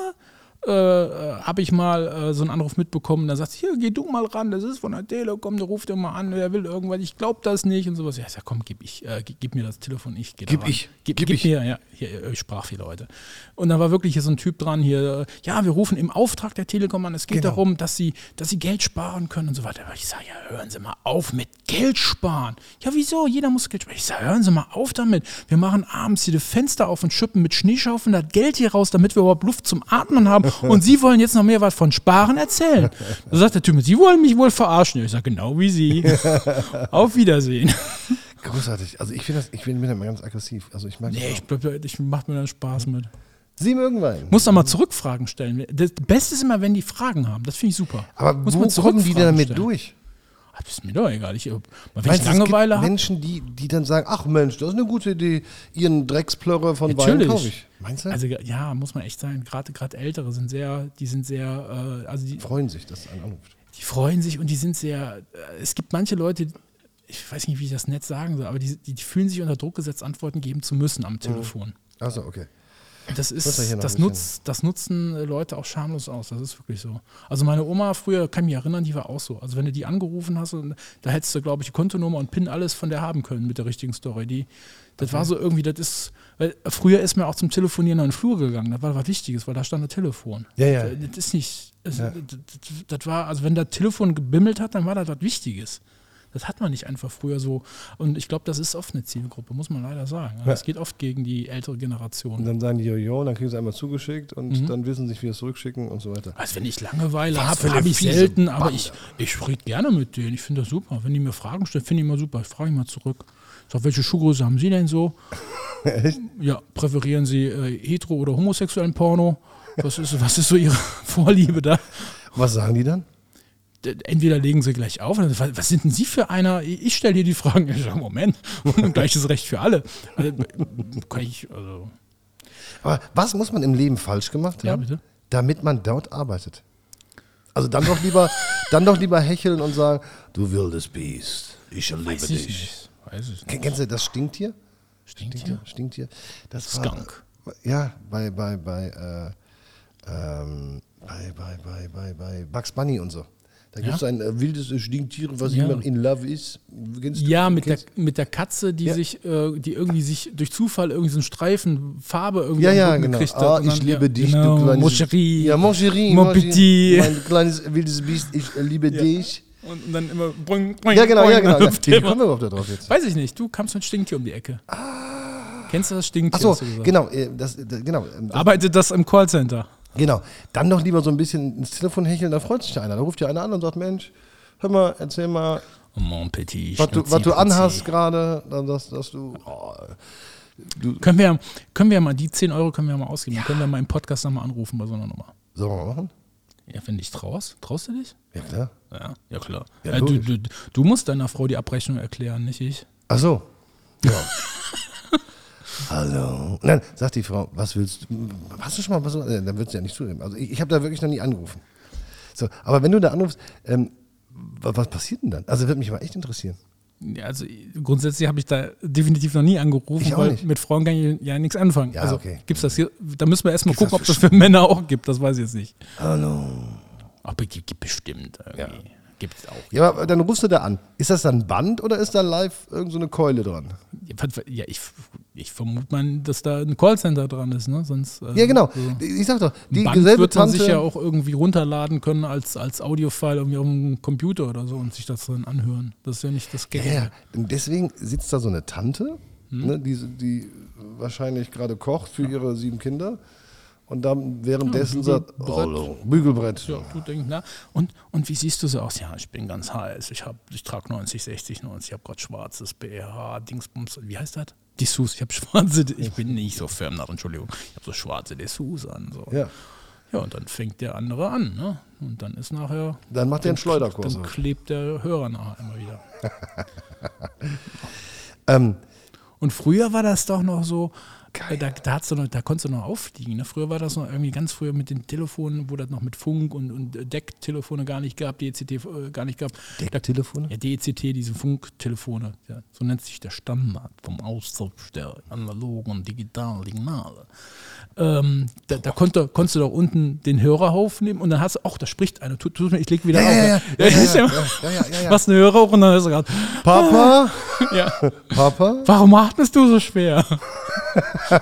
A: äh, äh, habe ich mal äh, so einen Anruf mitbekommen, da sagt sie, hier, geh du mal ran, das ist von der Telekom, der ruft immer an, der will irgendwas, ich glaube das nicht und sowas. Ja, ich sag, komm, gib ich, äh, gib, gib mir das Telefon, ich geh da
B: Gib
A: ran.
B: ich,
A: gib,
B: gib
A: gib,
B: ich.
A: mir, ja, hier, äh, ich sprach viele heute. Und da war wirklich hier so ein Typ dran, hier, äh, ja, wir rufen im Auftrag der Telekom an, es geht
B: Genau.
A: darum, dass sie, dass sie Geld sparen können und so weiter. Aber ich sage, ja, hören Sie mal auf mit Geld sparen. Ja, wieso? Jeder muss Geld sparen. Ich sage, hören Sie mal auf damit. Wir machen abends hier die Fenster auf und schippen mit Schneeschaufeln das Geld hier raus, damit wir überhaupt Luft zum Atmen
B: *laughs*
A: haben. Und Sie wollen jetzt noch mehr was von Sparen erzählen. Da sagt der Typ, Sie wollen mich wohl verarschen. Ich sage, genau wie
B: *laughs*
A: Sie. auf Wiedersehen. *laughs*
B: Großartig. Also ich finde das, ich bin mir da mal ganz aggressiv. Also ich mag
A: Nee,
B: das
A: ich, bleib da- ich mach mir da Spaß mit.
B: auch. Sie mögen Wein.
A: Muss da mal Zurückfragen stellen. Das Beste ist immer, wenn die Fragen haben. Das finde ich super.
B: aber
A: Muss
B: wo
A: man
B: kommen die denn
A: Zurückfragen
B: damit
A: stellen.
B: durch?
A: Ah, Das ist mir doch egal. Ich, äh, wenn
B: Meinst
A: ich
B: du, es gibt
A: Langeweile habe.
B: Menschen, die, die dann sagen, ach Mensch, das ist eine gute Idee, ihren Drecksplörre von Wein
A: Natürlich.
B: kaufe ich. Meinst du?
A: Also ge- ja, muss man echt sein. Gerade gerade Ältere sind sehr, die sind sehr, äh, also die,
B: Freuen sich, dass ein anruft.
A: die freuen sich und die sind sehr. Äh, es gibt manche Leute, ich weiß nicht, wie ich das nett sagen soll, aber die, die, die fühlen sich unter Druck gesetzt, Antworten geben zu müssen
B: Mhm.
A: am Telefon.
B: Achso, okay.
A: Das
B: Muss er hier
A: ist, das
B: noch ein bisschen-
A: nutzt, das nutzen äh, Leute auch schamlos aus. Das ist wirklich so. Also meine Oma früher, kann mich erinnern, die war auch so. Also wenn du die angerufen hast, und da hättest du, glaube ich, die Kontonummer und PIN alles von der haben können mit der richtigen Story. Die, das war so irgendwie, das ist, weil früher ist man auch zum Telefonieren in den Flur gegangen. Das war was Wichtiges, weil da stand ein Telefon. Also,
B: Ja, ja.
A: Das, das ist nicht, das, das, das- das war, also wenn das Telefon gebimmelt hat, dann war das was Wichtiges. Das hat man nicht einfach früher so. Und ich glaube, das ist oft eine Zielgruppe, muss man leider sagen. Das geht oft gegen die ältere Generation.
B: Und dann sagen die Jojo, und dann kriegen sie einmal zugeschickt und
A: Mhm.
B: dann wissen sie, wie sie es zurückschicken und so weiter.
A: Also wenn ich Langeweile
B: Was für
A: habe,
B: eine
A: habe ich
B: fiese
A: selten, aber
B: Bande.
A: ich, ich rede gerne mit denen. Ich finde das super. Wenn die mir Fragen stellen, finde ich immer super. Ich frage ich mal zurück. Ich sag, welche Schuhgröße haben Sie denn
B: *laughs*
A: so? Ja, präferieren Sie äh, hetero- oder homosexuellen Porno? Was ist, was ist so Ihre *laughs* Vorliebe da?
B: Was sagen die dann?
A: entweder legen sie gleich auf, und dann, was, was sind denn Sie für einer? Ich stelle hier die Fragen. Ich sage, Moment, *laughs* gleiches Recht für alle. Also, kann ich, also,
B: Aber was muss man im Leben falsch gemacht haben,
A: Ja, bitte.
B: damit man dort arbeitet? Also dann doch lieber, dann doch lieber hecheln und sagen, du wildes Biest, ich erlebe
A: weiß ich
B: dich.
A: nicht. Weiß ich nicht.
B: Ken- Kennst du das Stinktier?
A: Stinkt
B: Stinktier?
A: hier?
B: Stinktier. Das
A: Skunk.
B: War, ja, bei, bei, bei, äh, ähm, bei, bei, bei, bei, bei Bugs Bunny und so. Da gibt es ein äh, wildes Stinktier, was
A: Ja.
B: immer in Love ist. Kennst du-
A: Ja, mit der,
B: kennst-
A: mit der Katze, die
B: Ja.
A: sich, äh, die irgendwie sich durch Zufall irgendwie so einen Streifen Farbe irgendwie
B: Ja,
A: am
B: ja,
A: Rücken
B: genau.
A: gekriegt hat.
B: Ah,
A: Und
B: ich
A: dann-
B: liebe
A: ja,
B: dich,
A: genau.
B: du kleines...
A: Mon chéri.
B: Ja, mon chéri.
A: Mon
B: mon chéri,
A: petit.
B: Mein kleines wildes Biest, ich äh, liebe dich.
A: Und, und dann immer.
B: Ja, genau,
A: *laughs*
B: ja, genau. Wie
A: Thema.
B: kommen wir überhaupt da drauf jetzt?
A: Weiß ich nicht, du kamst mit Stinktier um die Ecke. Kennst du das Stinktier?
B: Achso,
A: hast du gesagt?
B: Ah. genau, äh, das, äh, genau, ähm, das,
A: Arbeitet das im Callcenter?
B: genau. Dann doch lieber so ein bisschen ins Telefon hecheln, da freut sich einer. Da ruft ja einer an und sagt, Mensch, hör mal, erzähl mal,
A: Oh, Mon petit.
B: was du,
A: Schnutzi,
B: was du
A: Putzi.
B: anhast gerade, dann dass, dass du. Oh,
A: Können wir, können wir mal die 10 Euro können wir mal ausgeben. Können wir mal im Podcast nochmal anrufen bei so einer Nummer.
B: sollen wir mal machen?
A: Ja, wenn dich traust. Traust du dich?
B: Ja, klar.
A: Ja, ja klar.
B: Ja,
A: Äh, du,
B: logisch.
A: du, du musst deiner Frau die Abrechnung erklären, nicht ich.
B: Ach so. Ja. *laughs* Hallo. Nein, sagt die Frau, was willst du? Hast du schon mal was? äh, Dann wird sie ja nicht zugeben. Also ich, ich habe da wirklich noch nie angerufen. So, aber wenn du da anrufst, ähm, wa- was passiert denn dann? Also würde mich mal echt interessieren.
A: Ja, Also grundsätzlich habe ich da definitiv noch nie angerufen,
B: Ich auch
A: weil
B: nicht.
A: mit Frauen kann ich ja nichts anfangen.
B: Ja,
A: also
B: okay.
A: gibt's das hier, da müssen wir erstmal
B: Gibt's
A: gucken, ob
B: das
A: das für Männer auch gibt, das weiß ich jetzt nicht.
B: Hallo.
A: Aber gibt, gibt bestimmt irgendwie. Gibt es auch.
B: Ja, aber dann rufst du da an. Ist das dann Band oder ist da live irgendeine so eine Keule dran?
A: Ja, was- Ja, ich, ich vermute mal, dass da ein Callcenter dran ist, ne? Sonst. äh,
B: Ja, genau.
A: so.
B: Ich sag doch, die
A: Band
B: dieselbe
A: wird man
B: Tante.
A: sich ja auch irgendwie runterladen können als, als Audiofile irgendwie auf dem Computer oder so und sich das dann anhören. Das ist ja nicht das Geld.
B: Ja, ja. Und deswegen sitzt da so eine Tante,
A: Hm?
B: ne, die, die wahrscheinlich gerade kocht für ihre sieben Kinder. Und dann währenddessen sagt, Hallo, Bügelbrett.
A: Ja, du denkst, na, ne? und, und wie siehst du so aus? Ja, ich bin ganz heiß. Ich, hab- ich trage 90, 60, 90. Ich habe gerade schwarzes BH, Dingsbums. Wie heißt das? Dessous. Ich habe schwarze. Ich bin nicht so firm nach, Entschuldigung. Ich habe so schwarze Dessous an. So.
B: Ja.
A: ja, und dann fängt der andere an. Ne? Und dann ist nachher.
B: Dann macht er einen Schleuderkurs.
A: Dann klebt der Hörer nachher immer wieder.
B: Ähm,
A: Und früher war das doch noch so, äh, da, da, hat's doch noch, da konntest du noch auffliegen. Ne? Früher war das noch irgendwie ganz früher mit den Telefonen, wo das noch mit Funk und, und äh, Decktelefone gar nicht gab, DECT äh, gar nicht gab.
B: Decktelefone?
A: Ja, DECT, diese Funktelefone. Ja, so nennt sich der Standard vom Austausch der analogen und digitalen Signale. Ähm, da da konnte, konntest du doch unten den Hörer aufnehmen und dann hast du, ach, da spricht einer, tut, tut mir, ich leg wieder
B: Ja,
A: auf.
B: ja, ja, ja,
A: ist
B: ja, ja, ja, ja, ja.
A: Machst einen Hörer hoch und dann hörst du gerade,
B: Papa,
A: ja,
B: Papa,
A: warum atmest du so schwer? Ach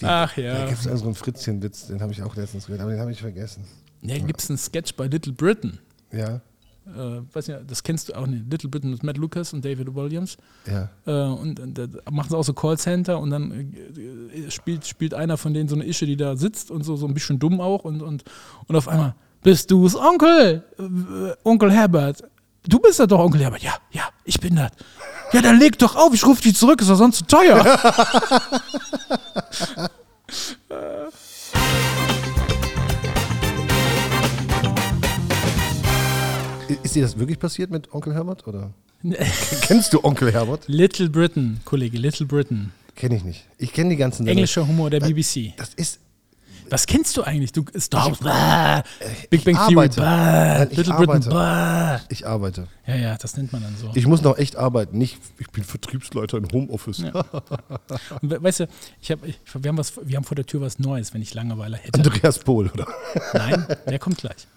B: da
A: ja.
B: gibt es also einen Fritzchenwitz, den habe ich auch letztens gehört, aber den habe ich vergessen.
A: Ja, gibt es einen Sketch bei Little Britain.
B: Ja,
A: Äh, weiß nicht, das kennst du auch nicht. Little Britain mit Matt Lucas und David Williams.
B: ja.
A: Äh, und und da machen sie auch so Callcenter und dann äh, spielt, spielt einer von denen so eine Ische, die da sitzt und so, so ein bisschen dumm auch und, und, und auf einmal, bist du's Onkel? Äh, Onkel Herbert. Du bist ja doch Onkel Herbert. Ja, ja, ich bin das. Ja, dann leg doch auf, ich rufe dich zurück, ist doch sonst zu
B: *laughs*
A: teuer.
B: I- Ist dir das wirklich passiert mit Onkel Herbert? Oder?
A: Nee.
B: *laughs* Kennst du Onkel Herbert?
A: Little Britain, Kollege, Little Britain.
B: Kenne ich nicht. Ich kenne die ganzen.
A: Englischer Humor
B: Äh,
A: der BBC.
B: Das ist. äh,
A: Was kennst du eigentlich? Du Star Wars, bah, Big Bang Theory,
B: arbeite.
A: bah,
B: Nein, ich
A: Little
B: arbeite.
A: Britain, bah.
B: Ich arbeite.
A: Ja, ja, das nennt man dann so.
B: Ich muss noch echt arbeiten. Nicht, ich bin Vertriebsleiter in Homeoffice.
A: Und we- weißt du, ich hab, ich, wir, haben was, wir haben vor der Tür was Neues, wenn ich Langeweile hätte.
B: Andreas Pohl, oder?
A: Nein, der kommt gleich.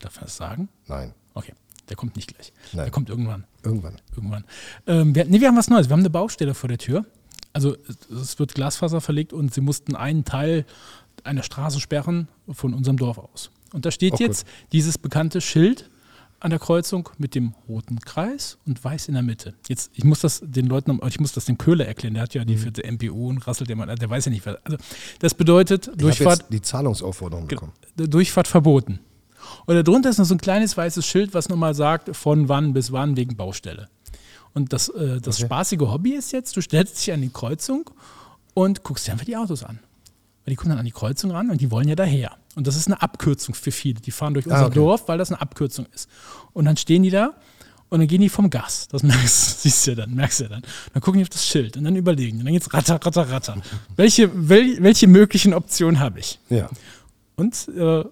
A: Darf man das sagen?
B: Nein,
A: Okay, der kommt nicht gleich.
B: Nein.
A: Der kommt irgendwann.
B: irgendwann.
A: Irgendwann. Ähm, wir, nee, wir haben was Neues. Wir haben eine Baustelle vor der Tür. Also es- es wird Glasfaser verlegt und sie mussten einen Teil einer Straße sperren von unserem Dorf aus. Und da steht
B: Oh, gut.
A: jetzt dieses bekannte Schild an der Kreuzung mit dem roten Kreis und weiß in der Mitte. Jetzt, ich muss das den Leuten, am- ich muss das dem Köhler erklären, der hat
B: Mhm.
A: ja die vierte MPO und rasselt der Mann, der weiß ja nicht, was. Also das bedeutet,
B: Ich habe
A: Durchfahrt,
B: jetzt die Zahlungsaufforderung bekommen.
A: der Durchfahrt verboten. Und darunter ist noch so ein kleines weißes Schild, was nochmal sagt, von wann bis wann wegen Baustelle. Und das, äh, das spaßige Hobby ist jetzt, du stellst dich an die Kreuzung und guckst dir einfach die Autos an. Weil die kommen dann an die Kreuzung ran und die wollen ja daher. Und das ist eine Abkürzung für viele. Die fahren durch unser Dorf, weil das eine Abkürzung ist. Und dann stehen die da und dann gehen die vom Gas. Das *laughs* merkst, siehst du ja dann, merkst du ja dann. Dann gucken die auf das Schild und dann überlegen. Und dann geht's ratter, ratter, ratter. Welche, wel, welche möglichen Optionen habe ich?
B: Ja.
A: Und äh,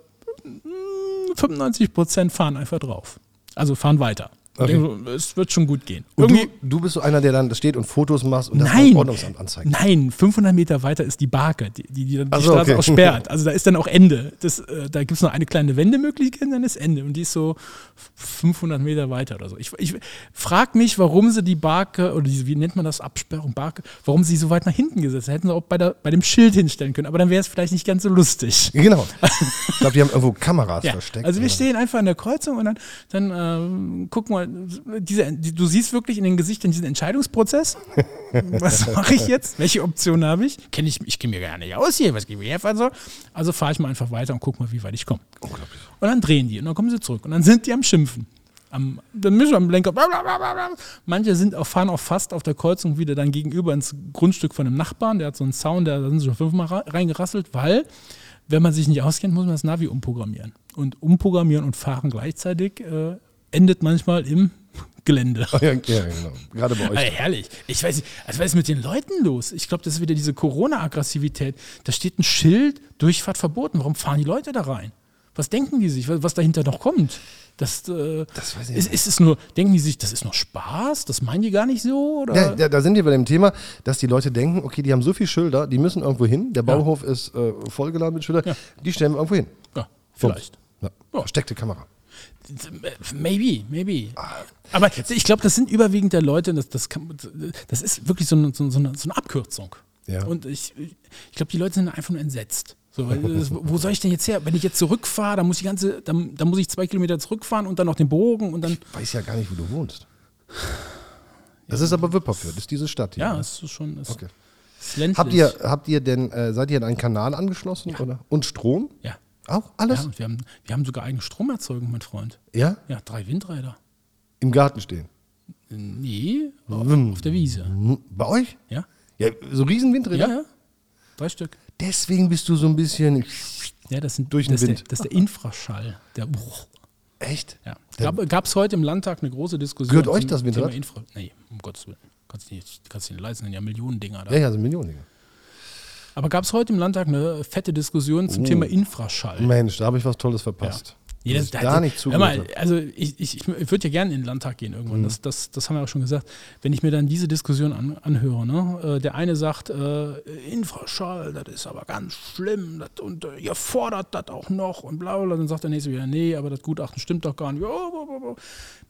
A: 95 Prozent fahren einfach drauf. Also fahren weiter. Und
B: Okay.
A: denken so, Es wird schon gut gehen.
B: Und
A: Irgendwie-
B: du, du bist so einer, der dann da steht und Fotos machst und das
A: Nein.
B: beim Ordnungsamt anzeigt.
A: Nein, 500 Meter weiter ist die Barke, die die, die, dann die
B: Ach so,
A: Straße
B: okay.
A: auch sperrt. Also da ist dann auch Ende. Das, äh, da gibt es noch eine kleine Wendemöglichkeit, dann ist Ende. Und die ist so 500 Meter weiter oder so. Ich, ich frage mich, warum sie die Barke, oder diese, wie nennt man das, Absperrung, Barke, warum sie so weit nach hinten gesetzt haben. Hätten sie auch bei, der, bei dem Schild hinstellen können. Aber dann wäre es vielleicht nicht ganz so lustig. *laughs*
B: Genau. Ich glaube, die haben irgendwo Kameras
A: Ja,
B: versteckt.
A: also wir
B: Ja.
A: stehen einfach an der Kreuzung und dann, dann ähm, gucken wir, diese, die, du siehst wirklich in den Gesichtern diesen Entscheidungsprozess. Was mache ich jetzt? Welche Option habe ich? Kenne ich, ich kenne mir gar nicht aus hier, was gebe ich her? Also, also fahre ich mal einfach weiter und guck mal, wie weit ich komme. Und dann drehen die und dann kommen sie zurück und dann sind die am Schimpfen. Am, dann müssen wir am Lenker. bla, bla, bla, bla, bla. Manche sind auch, fahren auch fast auf der Kreuzung wieder dann gegenüber ins Grundstück von einem Nachbarn. Der hat so einen Sound, da sind sie schon fünfmal ra- reingerasselt, weil wenn man sich nicht auskennt, muss man das Navi umprogrammieren. Und umprogrammieren und fahren gleichzeitig äh, endet manchmal im Gelände.
B: Ja, ja, genau. Gerade bei euch.
A: Alter, herrlich. Ich weiß nicht, also was ist mit den Leuten los? Ich glaube, das ist wieder diese Corona-Aggressivität. Da steht ein Schild, Durchfahrt verboten. Warum fahren die Leute da rein? Was denken die sich, was was dahinter noch kommt? Das, äh,
B: Das weiß ich
A: ist, ist es nur, denken die sich, das ist nur Spaß? Das meinen die gar nicht so? Oder?
B: Ja, da, da sind wir bei dem Thema, dass die Leute denken, okay, die haben so viele Schilder, die müssen irgendwo hin. Der Bauhof ist äh, vollgeladen mit Schildern, die stellen wir irgendwo hin.
A: Ja, vielleicht.
B: Ja.
A: Ja.
B: Versteckte Kamera.
A: Maybe, maybe. Aber ich glaube, das sind überwiegend der Leute, das, das, kann, das ist wirklich so eine, so eine, so eine so eine Abkürzung.
B: Ja.
A: Und ich, ich glaube, die Leute sind einfach nur entsetzt. So, weil das- wo soll ich denn jetzt her? Wenn ich jetzt zurückfahre, dann muss ich ganze, dann, dann muss ich zwei Kilometer zurückfahren und dann noch den Bogen und dann.
B: Weiß ja gar nicht, wo du wohnst. Das ist aber Wipperfürth, das ist diese Stadt hier.
A: Ja,
B: ne?
A: es ist schon. Es
B: Okay.
A: ist ländlich.
B: Habt ihr, habt ihr denn, äh, seid ihr an einen Kanal angeschlossen? Oder? Und Strom?
A: Ja.
B: Auch
A: ja
B: alles?
A: und wir, haben, wir haben sogar eigene Stromerzeugung, mein Freund.
B: Ja?
A: Ja, drei Windräder.
B: Im Garten stehen.
A: Nee, auf der Wiese.
B: Hm, Bei euch?
A: Ja?
B: Ja, so riesen Windräder?
A: Ja, ja. Drei Stück.
B: Deswegen bist du so ein bisschen.
A: Ja, das, sind,
B: Durch den
A: das, ist
B: Wind.
A: Der, das ist der Infraschall. Der,
B: Echt?
A: ja. Gab es heute im Landtag eine große Diskussion.
B: Gehört euch das
A: Thema
B: Windrad?
A: Infra nee, um Gottes Willen. Kannst du nicht, kannst du nicht leisten, sind ja Millionen Dinger da.
B: Ja, ja, so Millionen. Dinge.
A: Aber gab es heute im Landtag eine fette Diskussion
B: Oh.
A: zum Thema Infraschall?
B: Mensch, da habe ich was Tolles verpasst.
A: Nee,
B: Dass
A: das,
B: ich gar nicht
A: hör mal,
B: zugehört. Mhm. habe.
A: Also ich, ich, ich würde ja gerne in den Landtag gehen irgendwann. Das, das, das haben wir auch schon gesagt. Wenn ich mir dann diese Diskussion an, anhöre, ne? äh, der eine sagt, äh, Infraschall, das ist aber ganz schlimm das, und äh, ihr fordert das auch noch und bla bla. bla. Dann sagt der nächste wieder, nee, aber das Gutachten stimmt doch gar nicht. Oh, Ja, bla, bla, bla.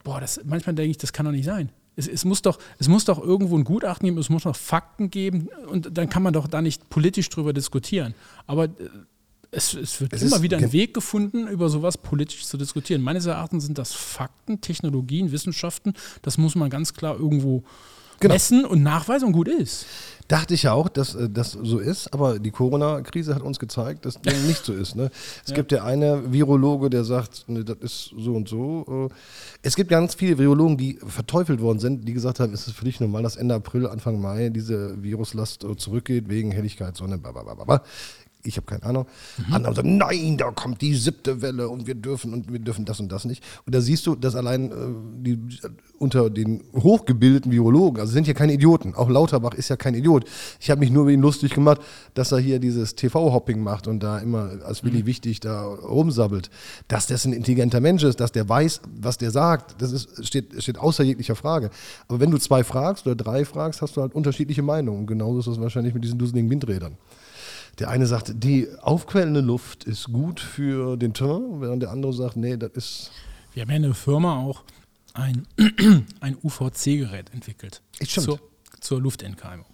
A: Boah, das, manchmal denke ich, das kann doch nicht sein. Es, es, muss doch, es muss doch irgendwo ein Gutachten geben, es muss noch Fakten geben und dann kann man doch da nicht politisch drüber diskutieren. Aber äh, es, es wird
B: Es
A: immer
B: ist
A: wieder ein
B: gen-
A: Weg gefunden, über sowas politisch zu diskutieren. Meines Erachtens sind das Fakten, Technologien, Wissenschaften. Das muss man ganz klar irgendwo
B: Genau.
A: messen und nachweisen und gut ist.
B: Dachte ich ja auch, dass äh, das so ist, aber die Corona-Krise hat uns gezeigt, dass das nicht so ist. Ne? Es gibt der eine Virologe, der sagt, ne, das ist so und so. äh. Es gibt ganz viele Virologen, die verteufelt worden sind, die gesagt haben, es ist völlig normal, dass Ende April, Anfang Mai diese Viruslast äh, zurückgeht wegen Helligkeit, Sonne, blablabla. Ich habe keine Ahnung. Andere sagen, nein, da kommt die siebte Welle und wir dürfen und wir dürfen das und das nicht. Und da siehst du, dass allein äh, die, unter den hochgebildeten Virologen, also sind hier keine Idioten. Auch Lauterbach ist ja kein Idiot. Ich habe mich nur über ihn lustig gemacht, dass er hier dieses TV-Hopping macht und da immer als Willi wichtig da rumsabbelt. Dass das ein intelligenter Mensch ist, dass der weiß, was der sagt, das ist, steht, steht außer jeglicher Frage. Aber wenn du zwei fragst oder drei fragst, hast du halt unterschiedliche Meinungen. Und genauso ist das wahrscheinlich mit diesen dusseligen Windrädern. Der eine sagt, die aufquellende Luft ist gut für den Teint, während der andere sagt, nee, das ist.
A: Wir haben ja in der Firma auch ein, *clears throat* ein UVC-Gerät entwickelt.
B: Echt, stimmt.
A: Zur, zur Luftentkeimung.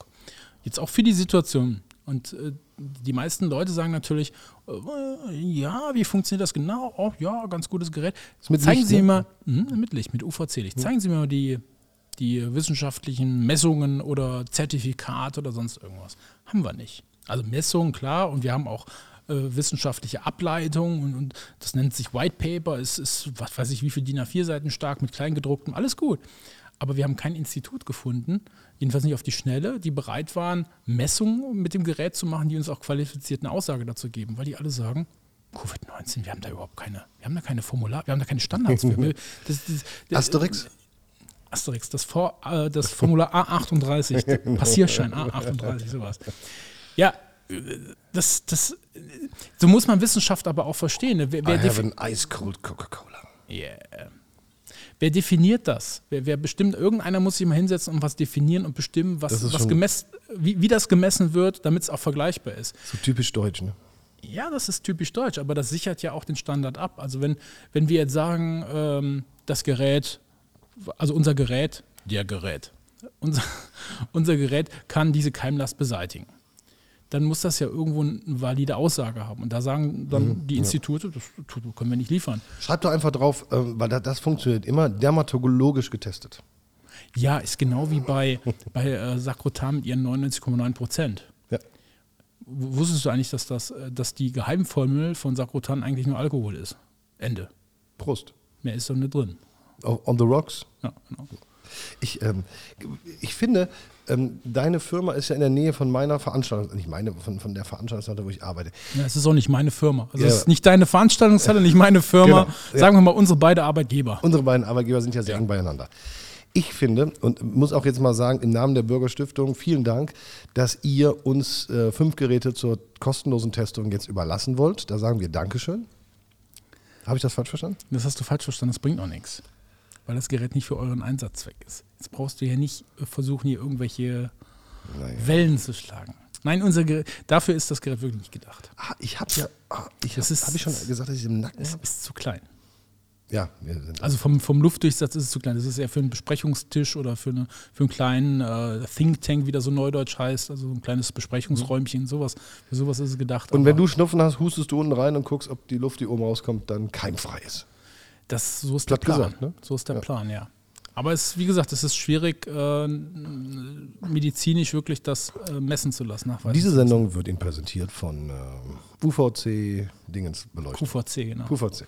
A: Jetzt auch für die Situation. Und äh, die meisten Leute sagen natürlich, äh, ja, wie funktioniert das genau? Oh, ja, ganz gutes Gerät.
B: Ist mit
A: Zeigen
B: Licht,
A: Sie
B: ne?
A: mal, hm, mit Licht, mit UVC-Licht. Zeigen Sie mir mal die, die wissenschaftlichen Messungen oder Zertifikat oder sonst irgendwas. Haben wir nicht. Also Messungen, klar, und wir haben auch äh, wissenschaftliche Ableitungen und, und das nennt sich White Paper, es ist, was weiß ich, wie viel DIN A4-Seiten stark mit Kleingedrucktem, alles gut. Aber wir haben kein Institut gefunden, jedenfalls nicht auf die Schnelle, die bereit waren, Messungen mit dem Gerät zu machen, die uns auch qualifiziert eine Aussage dazu geben, weil die alle sagen, Covid-19, wir haben da überhaupt keine, wir haben da keine Formular, wir haben da keine Standards. Für. Wir- Das, das, das,
B: Asterix?
A: Asterix, das, Vor, äh, das Formular A38,
B: *laughs*
A: der Passierschein A38, sowas. Ja, äh, das, das, äh, so muss man Wissenschaft aber auch verstehen. ne? Wer,
B: I
A: wer,
B: have
A: defi
B: an ice cold Coca-Cola.
A: yeah. wer definiert das? Wer, wer bestimmt, irgendeiner muss sich mal hinsetzen und was definieren und bestimmen,
B: Das
A: was,
B: ist
A: was
B: schon-
A: gemessen, wie, wie das gemessen wird, damit es auch vergleichbar ist.
B: So typisch deutsch, ne?
A: Ja, das ist typisch deutsch, aber das sichert ja auch den Standard ab. Also wenn, wenn wir jetzt sagen, ähm, das Gerät, also unser Gerät, der Gerät, unser, *laughs* unser Gerät kann diese Keimlast beseitigen, dann muss das ja irgendwo eine valide Aussage haben. Und da sagen dann die Institute, das tut- können wir nicht liefern.
B: Schreib doch einfach drauf, ähm, weil das, das funktioniert immer, dermatologisch getestet.
A: Ja, ist genau wie bei, bei äh, Sakrotan mit ihren 99,9 Prozent.
B: Ja.
A: W- Wusstest du eigentlich, dass, das, äh, dass die Geheimformel von Sakrotan eigentlich nur Alkohol ist? Ende.
B: Prost.
A: Mehr ist da nicht drin.
B: O- On the rocks.
A: Ja, genau.
B: Ich, ähm, ich finde, ähm, deine Firma ist ja in der Nähe von meiner Veranstaltung, nicht meine, von, von der Veranstaltungsseite, wo ich arbeite.
A: Ja, es ist auch nicht meine Firma. Also
B: Ja.
A: es ist nicht deine Veranstaltungshalle, nicht meine Firma.
B: Genau, ja.
A: Sagen wir mal, unsere beide Arbeitgeber.
B: Unsere beiden Arbeitgeber sind ja sehr eng beieinander. Ich finde und muss auch jetzt mal sagen, im Namen der Bürgerstiftung vielen Dank, dass ihr uns äh, fünf Geräte zur kostenlosen Testung jetzt überlassen wollt. Da sagen wir Dankeschön. Habe ich das falsch verstanden?
A: Das hast du falsch verstanden, das bringt auch nichts. Weil das Gerät nicht für euren Einsatzzweck ist. Jetzt brauchst du ja nicht äh, versuchen, hier irgendwelche
B: Naja.
A: Wellen zu schlagen. Nein, unser Gerät, dafür ist das Gerät wirklich nicht gedacht.
B: Ah, ich habe ja, ah, ich
A: Das
B: habe
A: ist-
B: hab ich schon gesagt, dass ich es im Nacken
A: Es
B: habe.
A: ist zu klein.
B: Ja, wir sind
A: Also vom, vom Luftdurchsatz ist es zu klein. Das ist eher für einen Besprechungstisch oder für, eine, für einen kleinen äh, Think Tank, wie das so neudeutsch heißt. Also so ein kleines Besprechungsräumchen, sowas. Für sowas ist es gedacht.
B: Und wenn
A: aber
B: du Schnupfen hast, hustest du unten rein und guckst, ob die Luft, die oben rauskommt, dann keimfrei ist.
A: Das, so ist
B: Platt
A: der Plan.
B: gesagt, ne?
A: So ist der
B: Ja.
A: Plan, ja. Aber es, wie gesagt, es ist schwierig, äh, medizinisch wirklich das äh, messen zu lassen, nachweisen.
B: Diese Sendung wird Ihnen präsentiert von ähm, UVC Dingens beleuchtet.
A: QVC, genau.
B: UVC.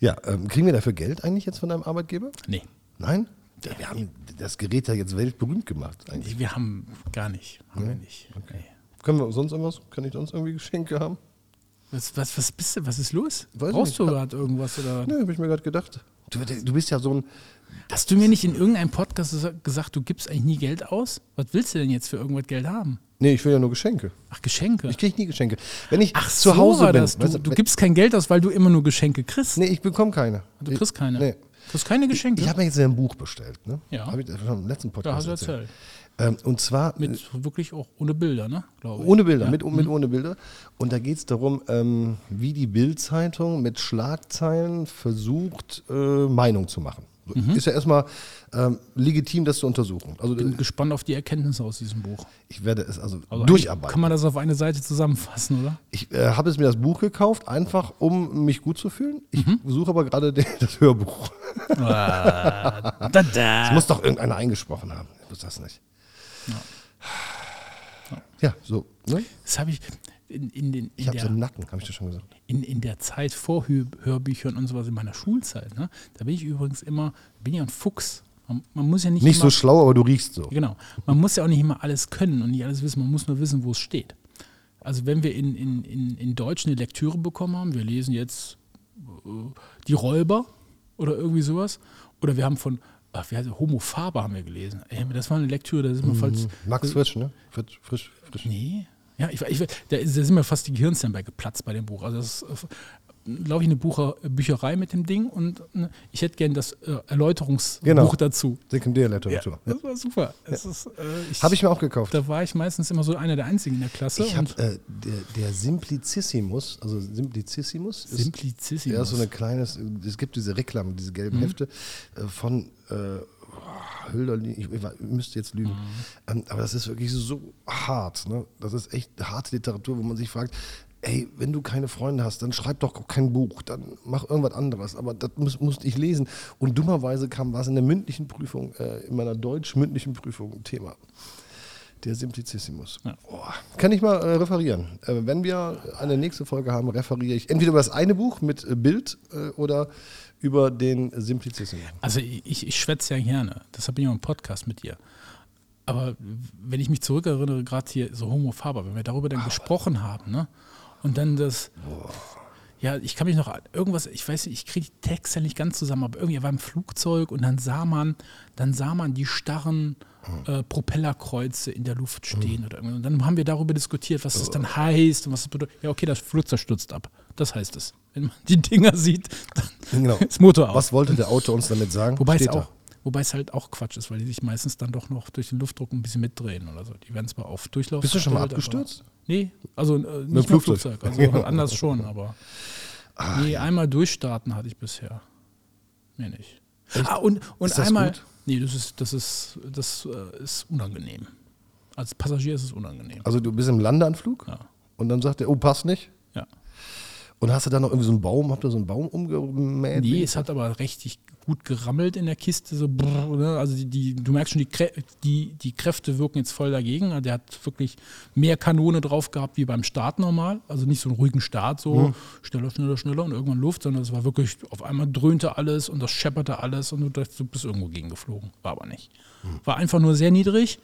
B: Ja, ähm, kriegen wir dafür Geld eigentlich jetzt von deinem Arbeitgeber?
A: nee,
B: Nein? Ja, wir haben das Gerät ja jetzt weltberühmt gemacht eigentlich.
A: nee, wir haben gar nicht. Haben wir nicht. Nee.
B: Können wir sonst irgendwas? Kann ich sonst irgendwie Geschenke haben?
A: Was, was, was bist du? Was ist los?
B: Weiß ich
A: Brauchst
B: nicht.
A: du gerade irgendwas? Oder?
B: Nö, habe ich mir gerade gedacht. Du, du bist ja so ein.
A: Hast du mir nicht in irgendeinem Podcast gesagt, du gibst eigentlich nie Geld aus? Was willst du denn jetzt für irgendwas Geld haben?
B: Nee, ich will ja nur Geschenke.
A: Ach, Geschenke.
B: Ich kriege nie Geschenke. Wenn ich
A: Ach,
B: zu
A: so
B: Hause
A: war
B: bin,
A: das. Du,
B: weißt
A: du gibst kein Geld aus, weil du immer nur Geschenke kriegst.
B: Nee, ich bekomme keine.
A: Du kriegst keine.
B: Nee.
A: Du kriegst keine Geschenke.
B: Ich habe mir jetzt ein Buch bestellt, ne?
A: Ja.
B: Habe ich das schon im letzten
A: da hast
B: Podcast
A: du
B: erzählt.
A: erzählt.
B: Ähm, und zwar
A: Mit wirklich auch ohne Bilder, ne? Glaube ich.
B: ohne Bilder,
A: Ja. Mhm.
B: mit, mit ohne Bilder. Und da geht es darum, ähm, wie die Bild-Zeitung mit Schlagzeilen versucht, äh, Meinung zu machen. So,
A: Mhm.
B: Ist ja erstmal ähm, legitim, das zu untersuchen. Also
A: Bin gespannt auf die Erkenntnisse aus diesem Buch.
B: ich werde es also,
A: Also eigentlich
B: durcharbeiten.
A: Kann man das auf eine Seite zusammenfassen, oder?
B: Ich äh, habe jetzt mir das Buch gekauft, einfach um mich gut zu fühlen. Ich
A: Mhm.
B: suche aber gerade den- *laughs* das Hörbuch.
A: Ah, da, da.
B: Das muss doch irgendeiner eingesprochen haben. Ich wusste das nicht. Ja, so. Ne?
A: Das habe ich in, in, den, in,
B: Ich habe so
A: der,
B: einen Nacken, habe ich dir schon gesagt.
A: in, in der Zeit vor Hör, Hörbüchern und sowas in meiner Schulzeit. Ne? Da bin ich übrigens immer, bin ja ein Fuchs. Man, man muss ja nicht,
B: Nicht
A: immer,
B: so schlau, aber du riechst so.
A: Genau. Man muss ja auch nicht immer alles können und nicht alles wissen. Man muss nur wissen, wo es steht. Also wenn wir in, in, in, in Deutsch eine Lektüre bekommen haben, wir lesen jetzt äh, Die Räuber oder irgendwie sowas. Oder wir haben von, ach, wie heißt er, Homo Faber haben wir gelesen. Ey, das war eine Lektüre, da sind wir falls.
B: Max Frisch, ne? Frisch, frisch, frisch.
A: Mhm. Äh, Nee. Ja, ich, ich, da, ist, da sind mir fast die Gehirnzellen bei geplatzt bei dem Buch. Also das ist, glaube ich, eine Bucher, äh, Bücherei mit dem Ding und äh, ich hätte gern das äh, Erläuterungsbuch
B: Genau.
A: dazu. Ja,
B: Sekundärliteratur.
A: das war super. Das ist, äh, ich,
B: Habe ich mir auch gekauft.
A: da war ich meistens immer so einer der Einzigen in der Klasse.
B: Ich habe äh, der, der Simplicissimus, also Simplicissimus ist,
A: Simplicissimus.
B: der ist so eine kleines, es gibt diese Reklame, diese gelben Hefte äh, von äh, oh, Hölderlin, ich, ich, weiß- ich müsste jetzt lügen, ähm, aber das ist wirklich so hart, ne? das ist echt harte Literatur, wo man sich fragt, ey, wenn du keine Freunde hast, dann schreib doch kein Buch, dann mach irgendwas anderes, aber das muss, musste ich lesen und dummerweise kam was in der mündlichen Prüfung, äh, in meiner deutsch-mündlichen Prüfung ein Thema. Der Simplicissimus. Boah. Kann ich mal äh, referieren. Äh, wenn wir eine nächste Folge haben, referiere ich entweder über das eine Buch mit äh, Bild äh, oder über den Simplicissimus.
A: also ich, ich schwätze ja gerne. Deshalb bin ich auch im Podcast mit dir. Aber wenn ich mich zurückerinnere, gerade hier so Homo Faber, wenn wir darüber dann gesprochen haben, ne? Und dann das, Ja, ich kann mich noch an irgendwas, ich weiß nicht, ich kriege die Texte nicht ganz zusammen, aber irgendwie er war im Flugzeug und dann sah man, dann sah man die starren äh, Propellerkreuze in der Luft stehen oder irgendwas. Und dann haben wir darüber diskutiert, was das dann heißt und was das bedeutet. Ja, okay, das Flugzeug stürzt ab. Das heißt es. Wenn man die Dinger sieht, dann
B: Genau.
A: *laughs* ist Motor aus.
B: Was wollte der Autor uns damit sagen?
A: Wobei es,
B: Steht da.
A: auch, wobei es halt auch Quatsch ist, weil die sich meistens dann doch noch durch den Luftdruck ein bisschen mitdrehen oder so. Die werden zwar auf Durchlaufen.
B: Bist du schon mal
A: gestellt, aber-
B: abgestürzt?
A: Nee, also äh, nicht mit
B: Flugzeug. Ah,
A: Flugzeug. Flugzeug.
B: *laughs*
A: Also anders schon, aber. nee, einmal durchstarten hatte ich bisher. Mehr nicht. Ah, und, und
B: Ist das
A: einmal.
B: gut?
A: Nee, das ist, das ist, das äh, ist unangenehm. Als Passagier ist es unangenehm.
B: Also du bist im Landeanflug
A: Ja.
B: und dann sagt er, oh, passt nicht.
A: Ja.
B: Und hast du dann noch irgendwie so einen Baum, habt ihr so einen Baum umgemäht?
A: Nee, es hat aber richtig gut gerammelt in der Kiste. So brrr, ne? Also die, die, du merkst schon, die, Krä die, die Kräfte wirken jetzt voll dagegen. Also Der hat wirklich mehr Kanone drauf gehabt wie beim Start normal. Also nicht so einen ruhigen Start, so schneller, schneller, schneller und irgendwann Luft, sondern es war wirklich, auf einmal dröhnte alles und das schepperte alles und du dachtest, du bist irgendwo gegengeflogen. War aber nicht. War einfach nur sehr niedrig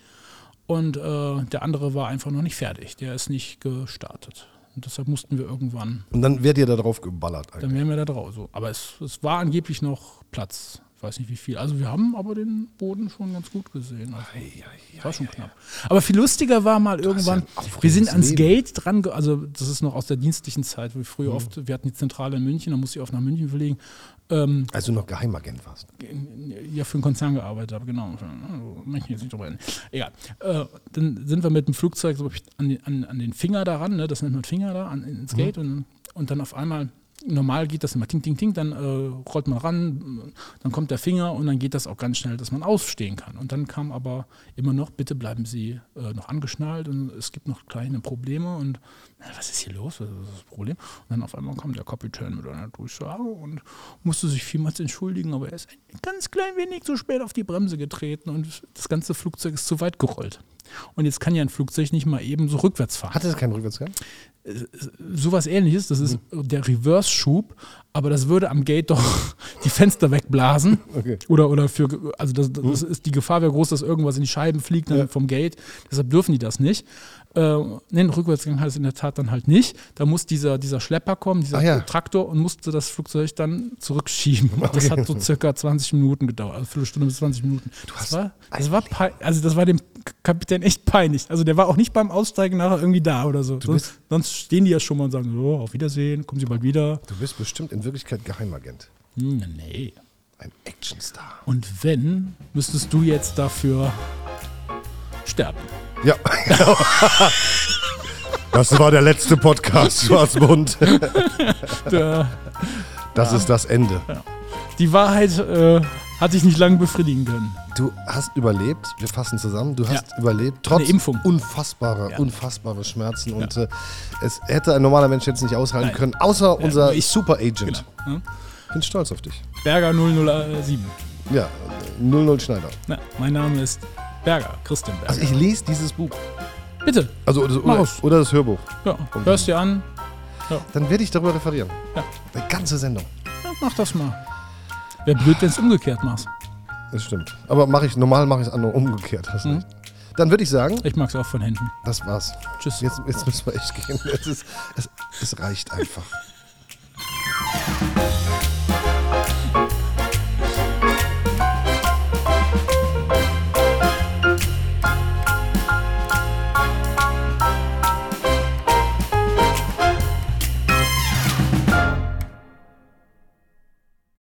A: und äh, der andere war einfach noch nicht fertig. Der ist nicht gestartet. Und deshalb mussten wir irgendwann
B: Und dann wird ihr da drauf geballert. Eigentlich.
A: dann wären wir da drauf. So. Aber es, es war angeblich noch Platz. Ich weiß nicht wie viel. Also wir haben aber den Boden schon ganz gut gesehen. Also, war schon knapp. Aber viel lustiger war mal irgendwann,
B: ein aufregendes
A: wir sind ans
B: Leben.
A: Gate dran, ge- also das ist noch aus der dienstlichen Zeit, wie früher oft, wir hatten die Zentrale in München, da musste ich oft nach München verlegen,
B: Als Also, du noch Geheimagent warst.
A: ja für einen Konzern gearbeitet habe, genau. Also, Möchte ich jetzt nicht drüber reden. Egal. Äh, dann sind wir mit dem Flugzeug so an den, an, an den Finger daran, ne? das nennt man Finger da, an, ins Gate und, und dann auf einmal, normal geht das immer ting, ting, ting, dann äh, rollt man ran, dann kommt der Finger und dann geht das auch ganz schnell, dass man aufstehen kann. Und dann kam aber immer noch, bitte bleiben Sie äh, noch angeschnallt und es gibt noch kleine Probleme und na, was ist hier los? Was ist das Problem? Und dann auf einmal kam der Kapitän mit einer Durchsage und musste sich vielmals entschuldigen, aber er ist ein ganz klein wenig zu spät auf die Bremse getreten und das ganze Flugzeug ist zu weit gerollt. Und jetzt kann ja ein Flugzeug nicht mal eben so rückwärts fahren.
B: Hatte es keinen Rückwärtsgang?
A: Sowas ähnliches, das ist der Reverse-Schub, aber das würde am Gate doch *laughs* die Fenster wegblasen.
B: Okay. Hm.
A: Oder, oder für, also das, das ist, die Gefahr wäre groß, dass irgendwas in die Scheiben fliegt dann vom Gate. Deshalb dürfen die das nicht. Äh, nee, einen Rückwärtsgang hat es in der Tat dann halt nicht. Da muss dieser, dieser Schlepper kommen, dieser
B: Ah, ja.
A: Traktor und musste das Flugzeug dann zurückschieben. Das hat so circa 20 Minuten gedauert, also Viertelstunde bis 20 Minuten. Das war, das war pei- also das war dem K- Kapitän echt peinlich. Also der war auch nicht beim Aussteigen nachher irgendwie da oder so. Sonst, sonst stehen die ja schon mal und sagen, so, auf Wiedersehen, kommen Sie bald wieder.
B: Du bist bestimmt in Wirklichkeit Geheimagent.
A: Hm, nee.
B: Ein Actionstar.
A: Und wenn, müsstest du jetzt dafür sterben.
B: Ja. *laughs* das war der letzte Podcast, Schwarzbund. Das ist das Ende.
A: Äh, Die Wahrheit äh, hat dich nicht lange befriedigen können.
B: Du hast überlebt, wir fassen zusammen, du hast
A: Ja.
B: überlebt, trotz
A: Eine Impfung.
B: unfassbarer,
A: Ja.
B: unfassbarer Schmerzen. Und äh, es hätte ein normaler Mensch jetzt nicht aushalten können, außer unser
A: nur ich.
B: Super Agent.
A: Ne?
B: Ich bin stolz auf dich.
A: Berger 007.
B: Ja, 00 Schneider.
A: Na, mein Name ist Berger, Christian
B: Also
A: Berger.
B: ich lese dieses Buch.
A: Bitte,
B: Also oder,
A: Mach
B: oder,
A: es.
B: oder das Hörbuch.
A: ja, hörst dir an,
B: Dann werde ich darüber referieren.
A: Ja.
B: Eine ganze Sendung.
A: ja, mach das mal. Wäre blöd, wenn es umgekehrt machst.
B: Das stimmt. Aber mache ich, normal mache ich es anders umgekehrt. Hast
A: Mhm.
B: recht. Dann würde ich sagen,
A: Ich mag's auch von Händen.
B: das war's.
A: Tschüss.
B: *laughs* Jetzt, jetzt müssen wir echt gehen. Es, ist, es, es reicht einfach.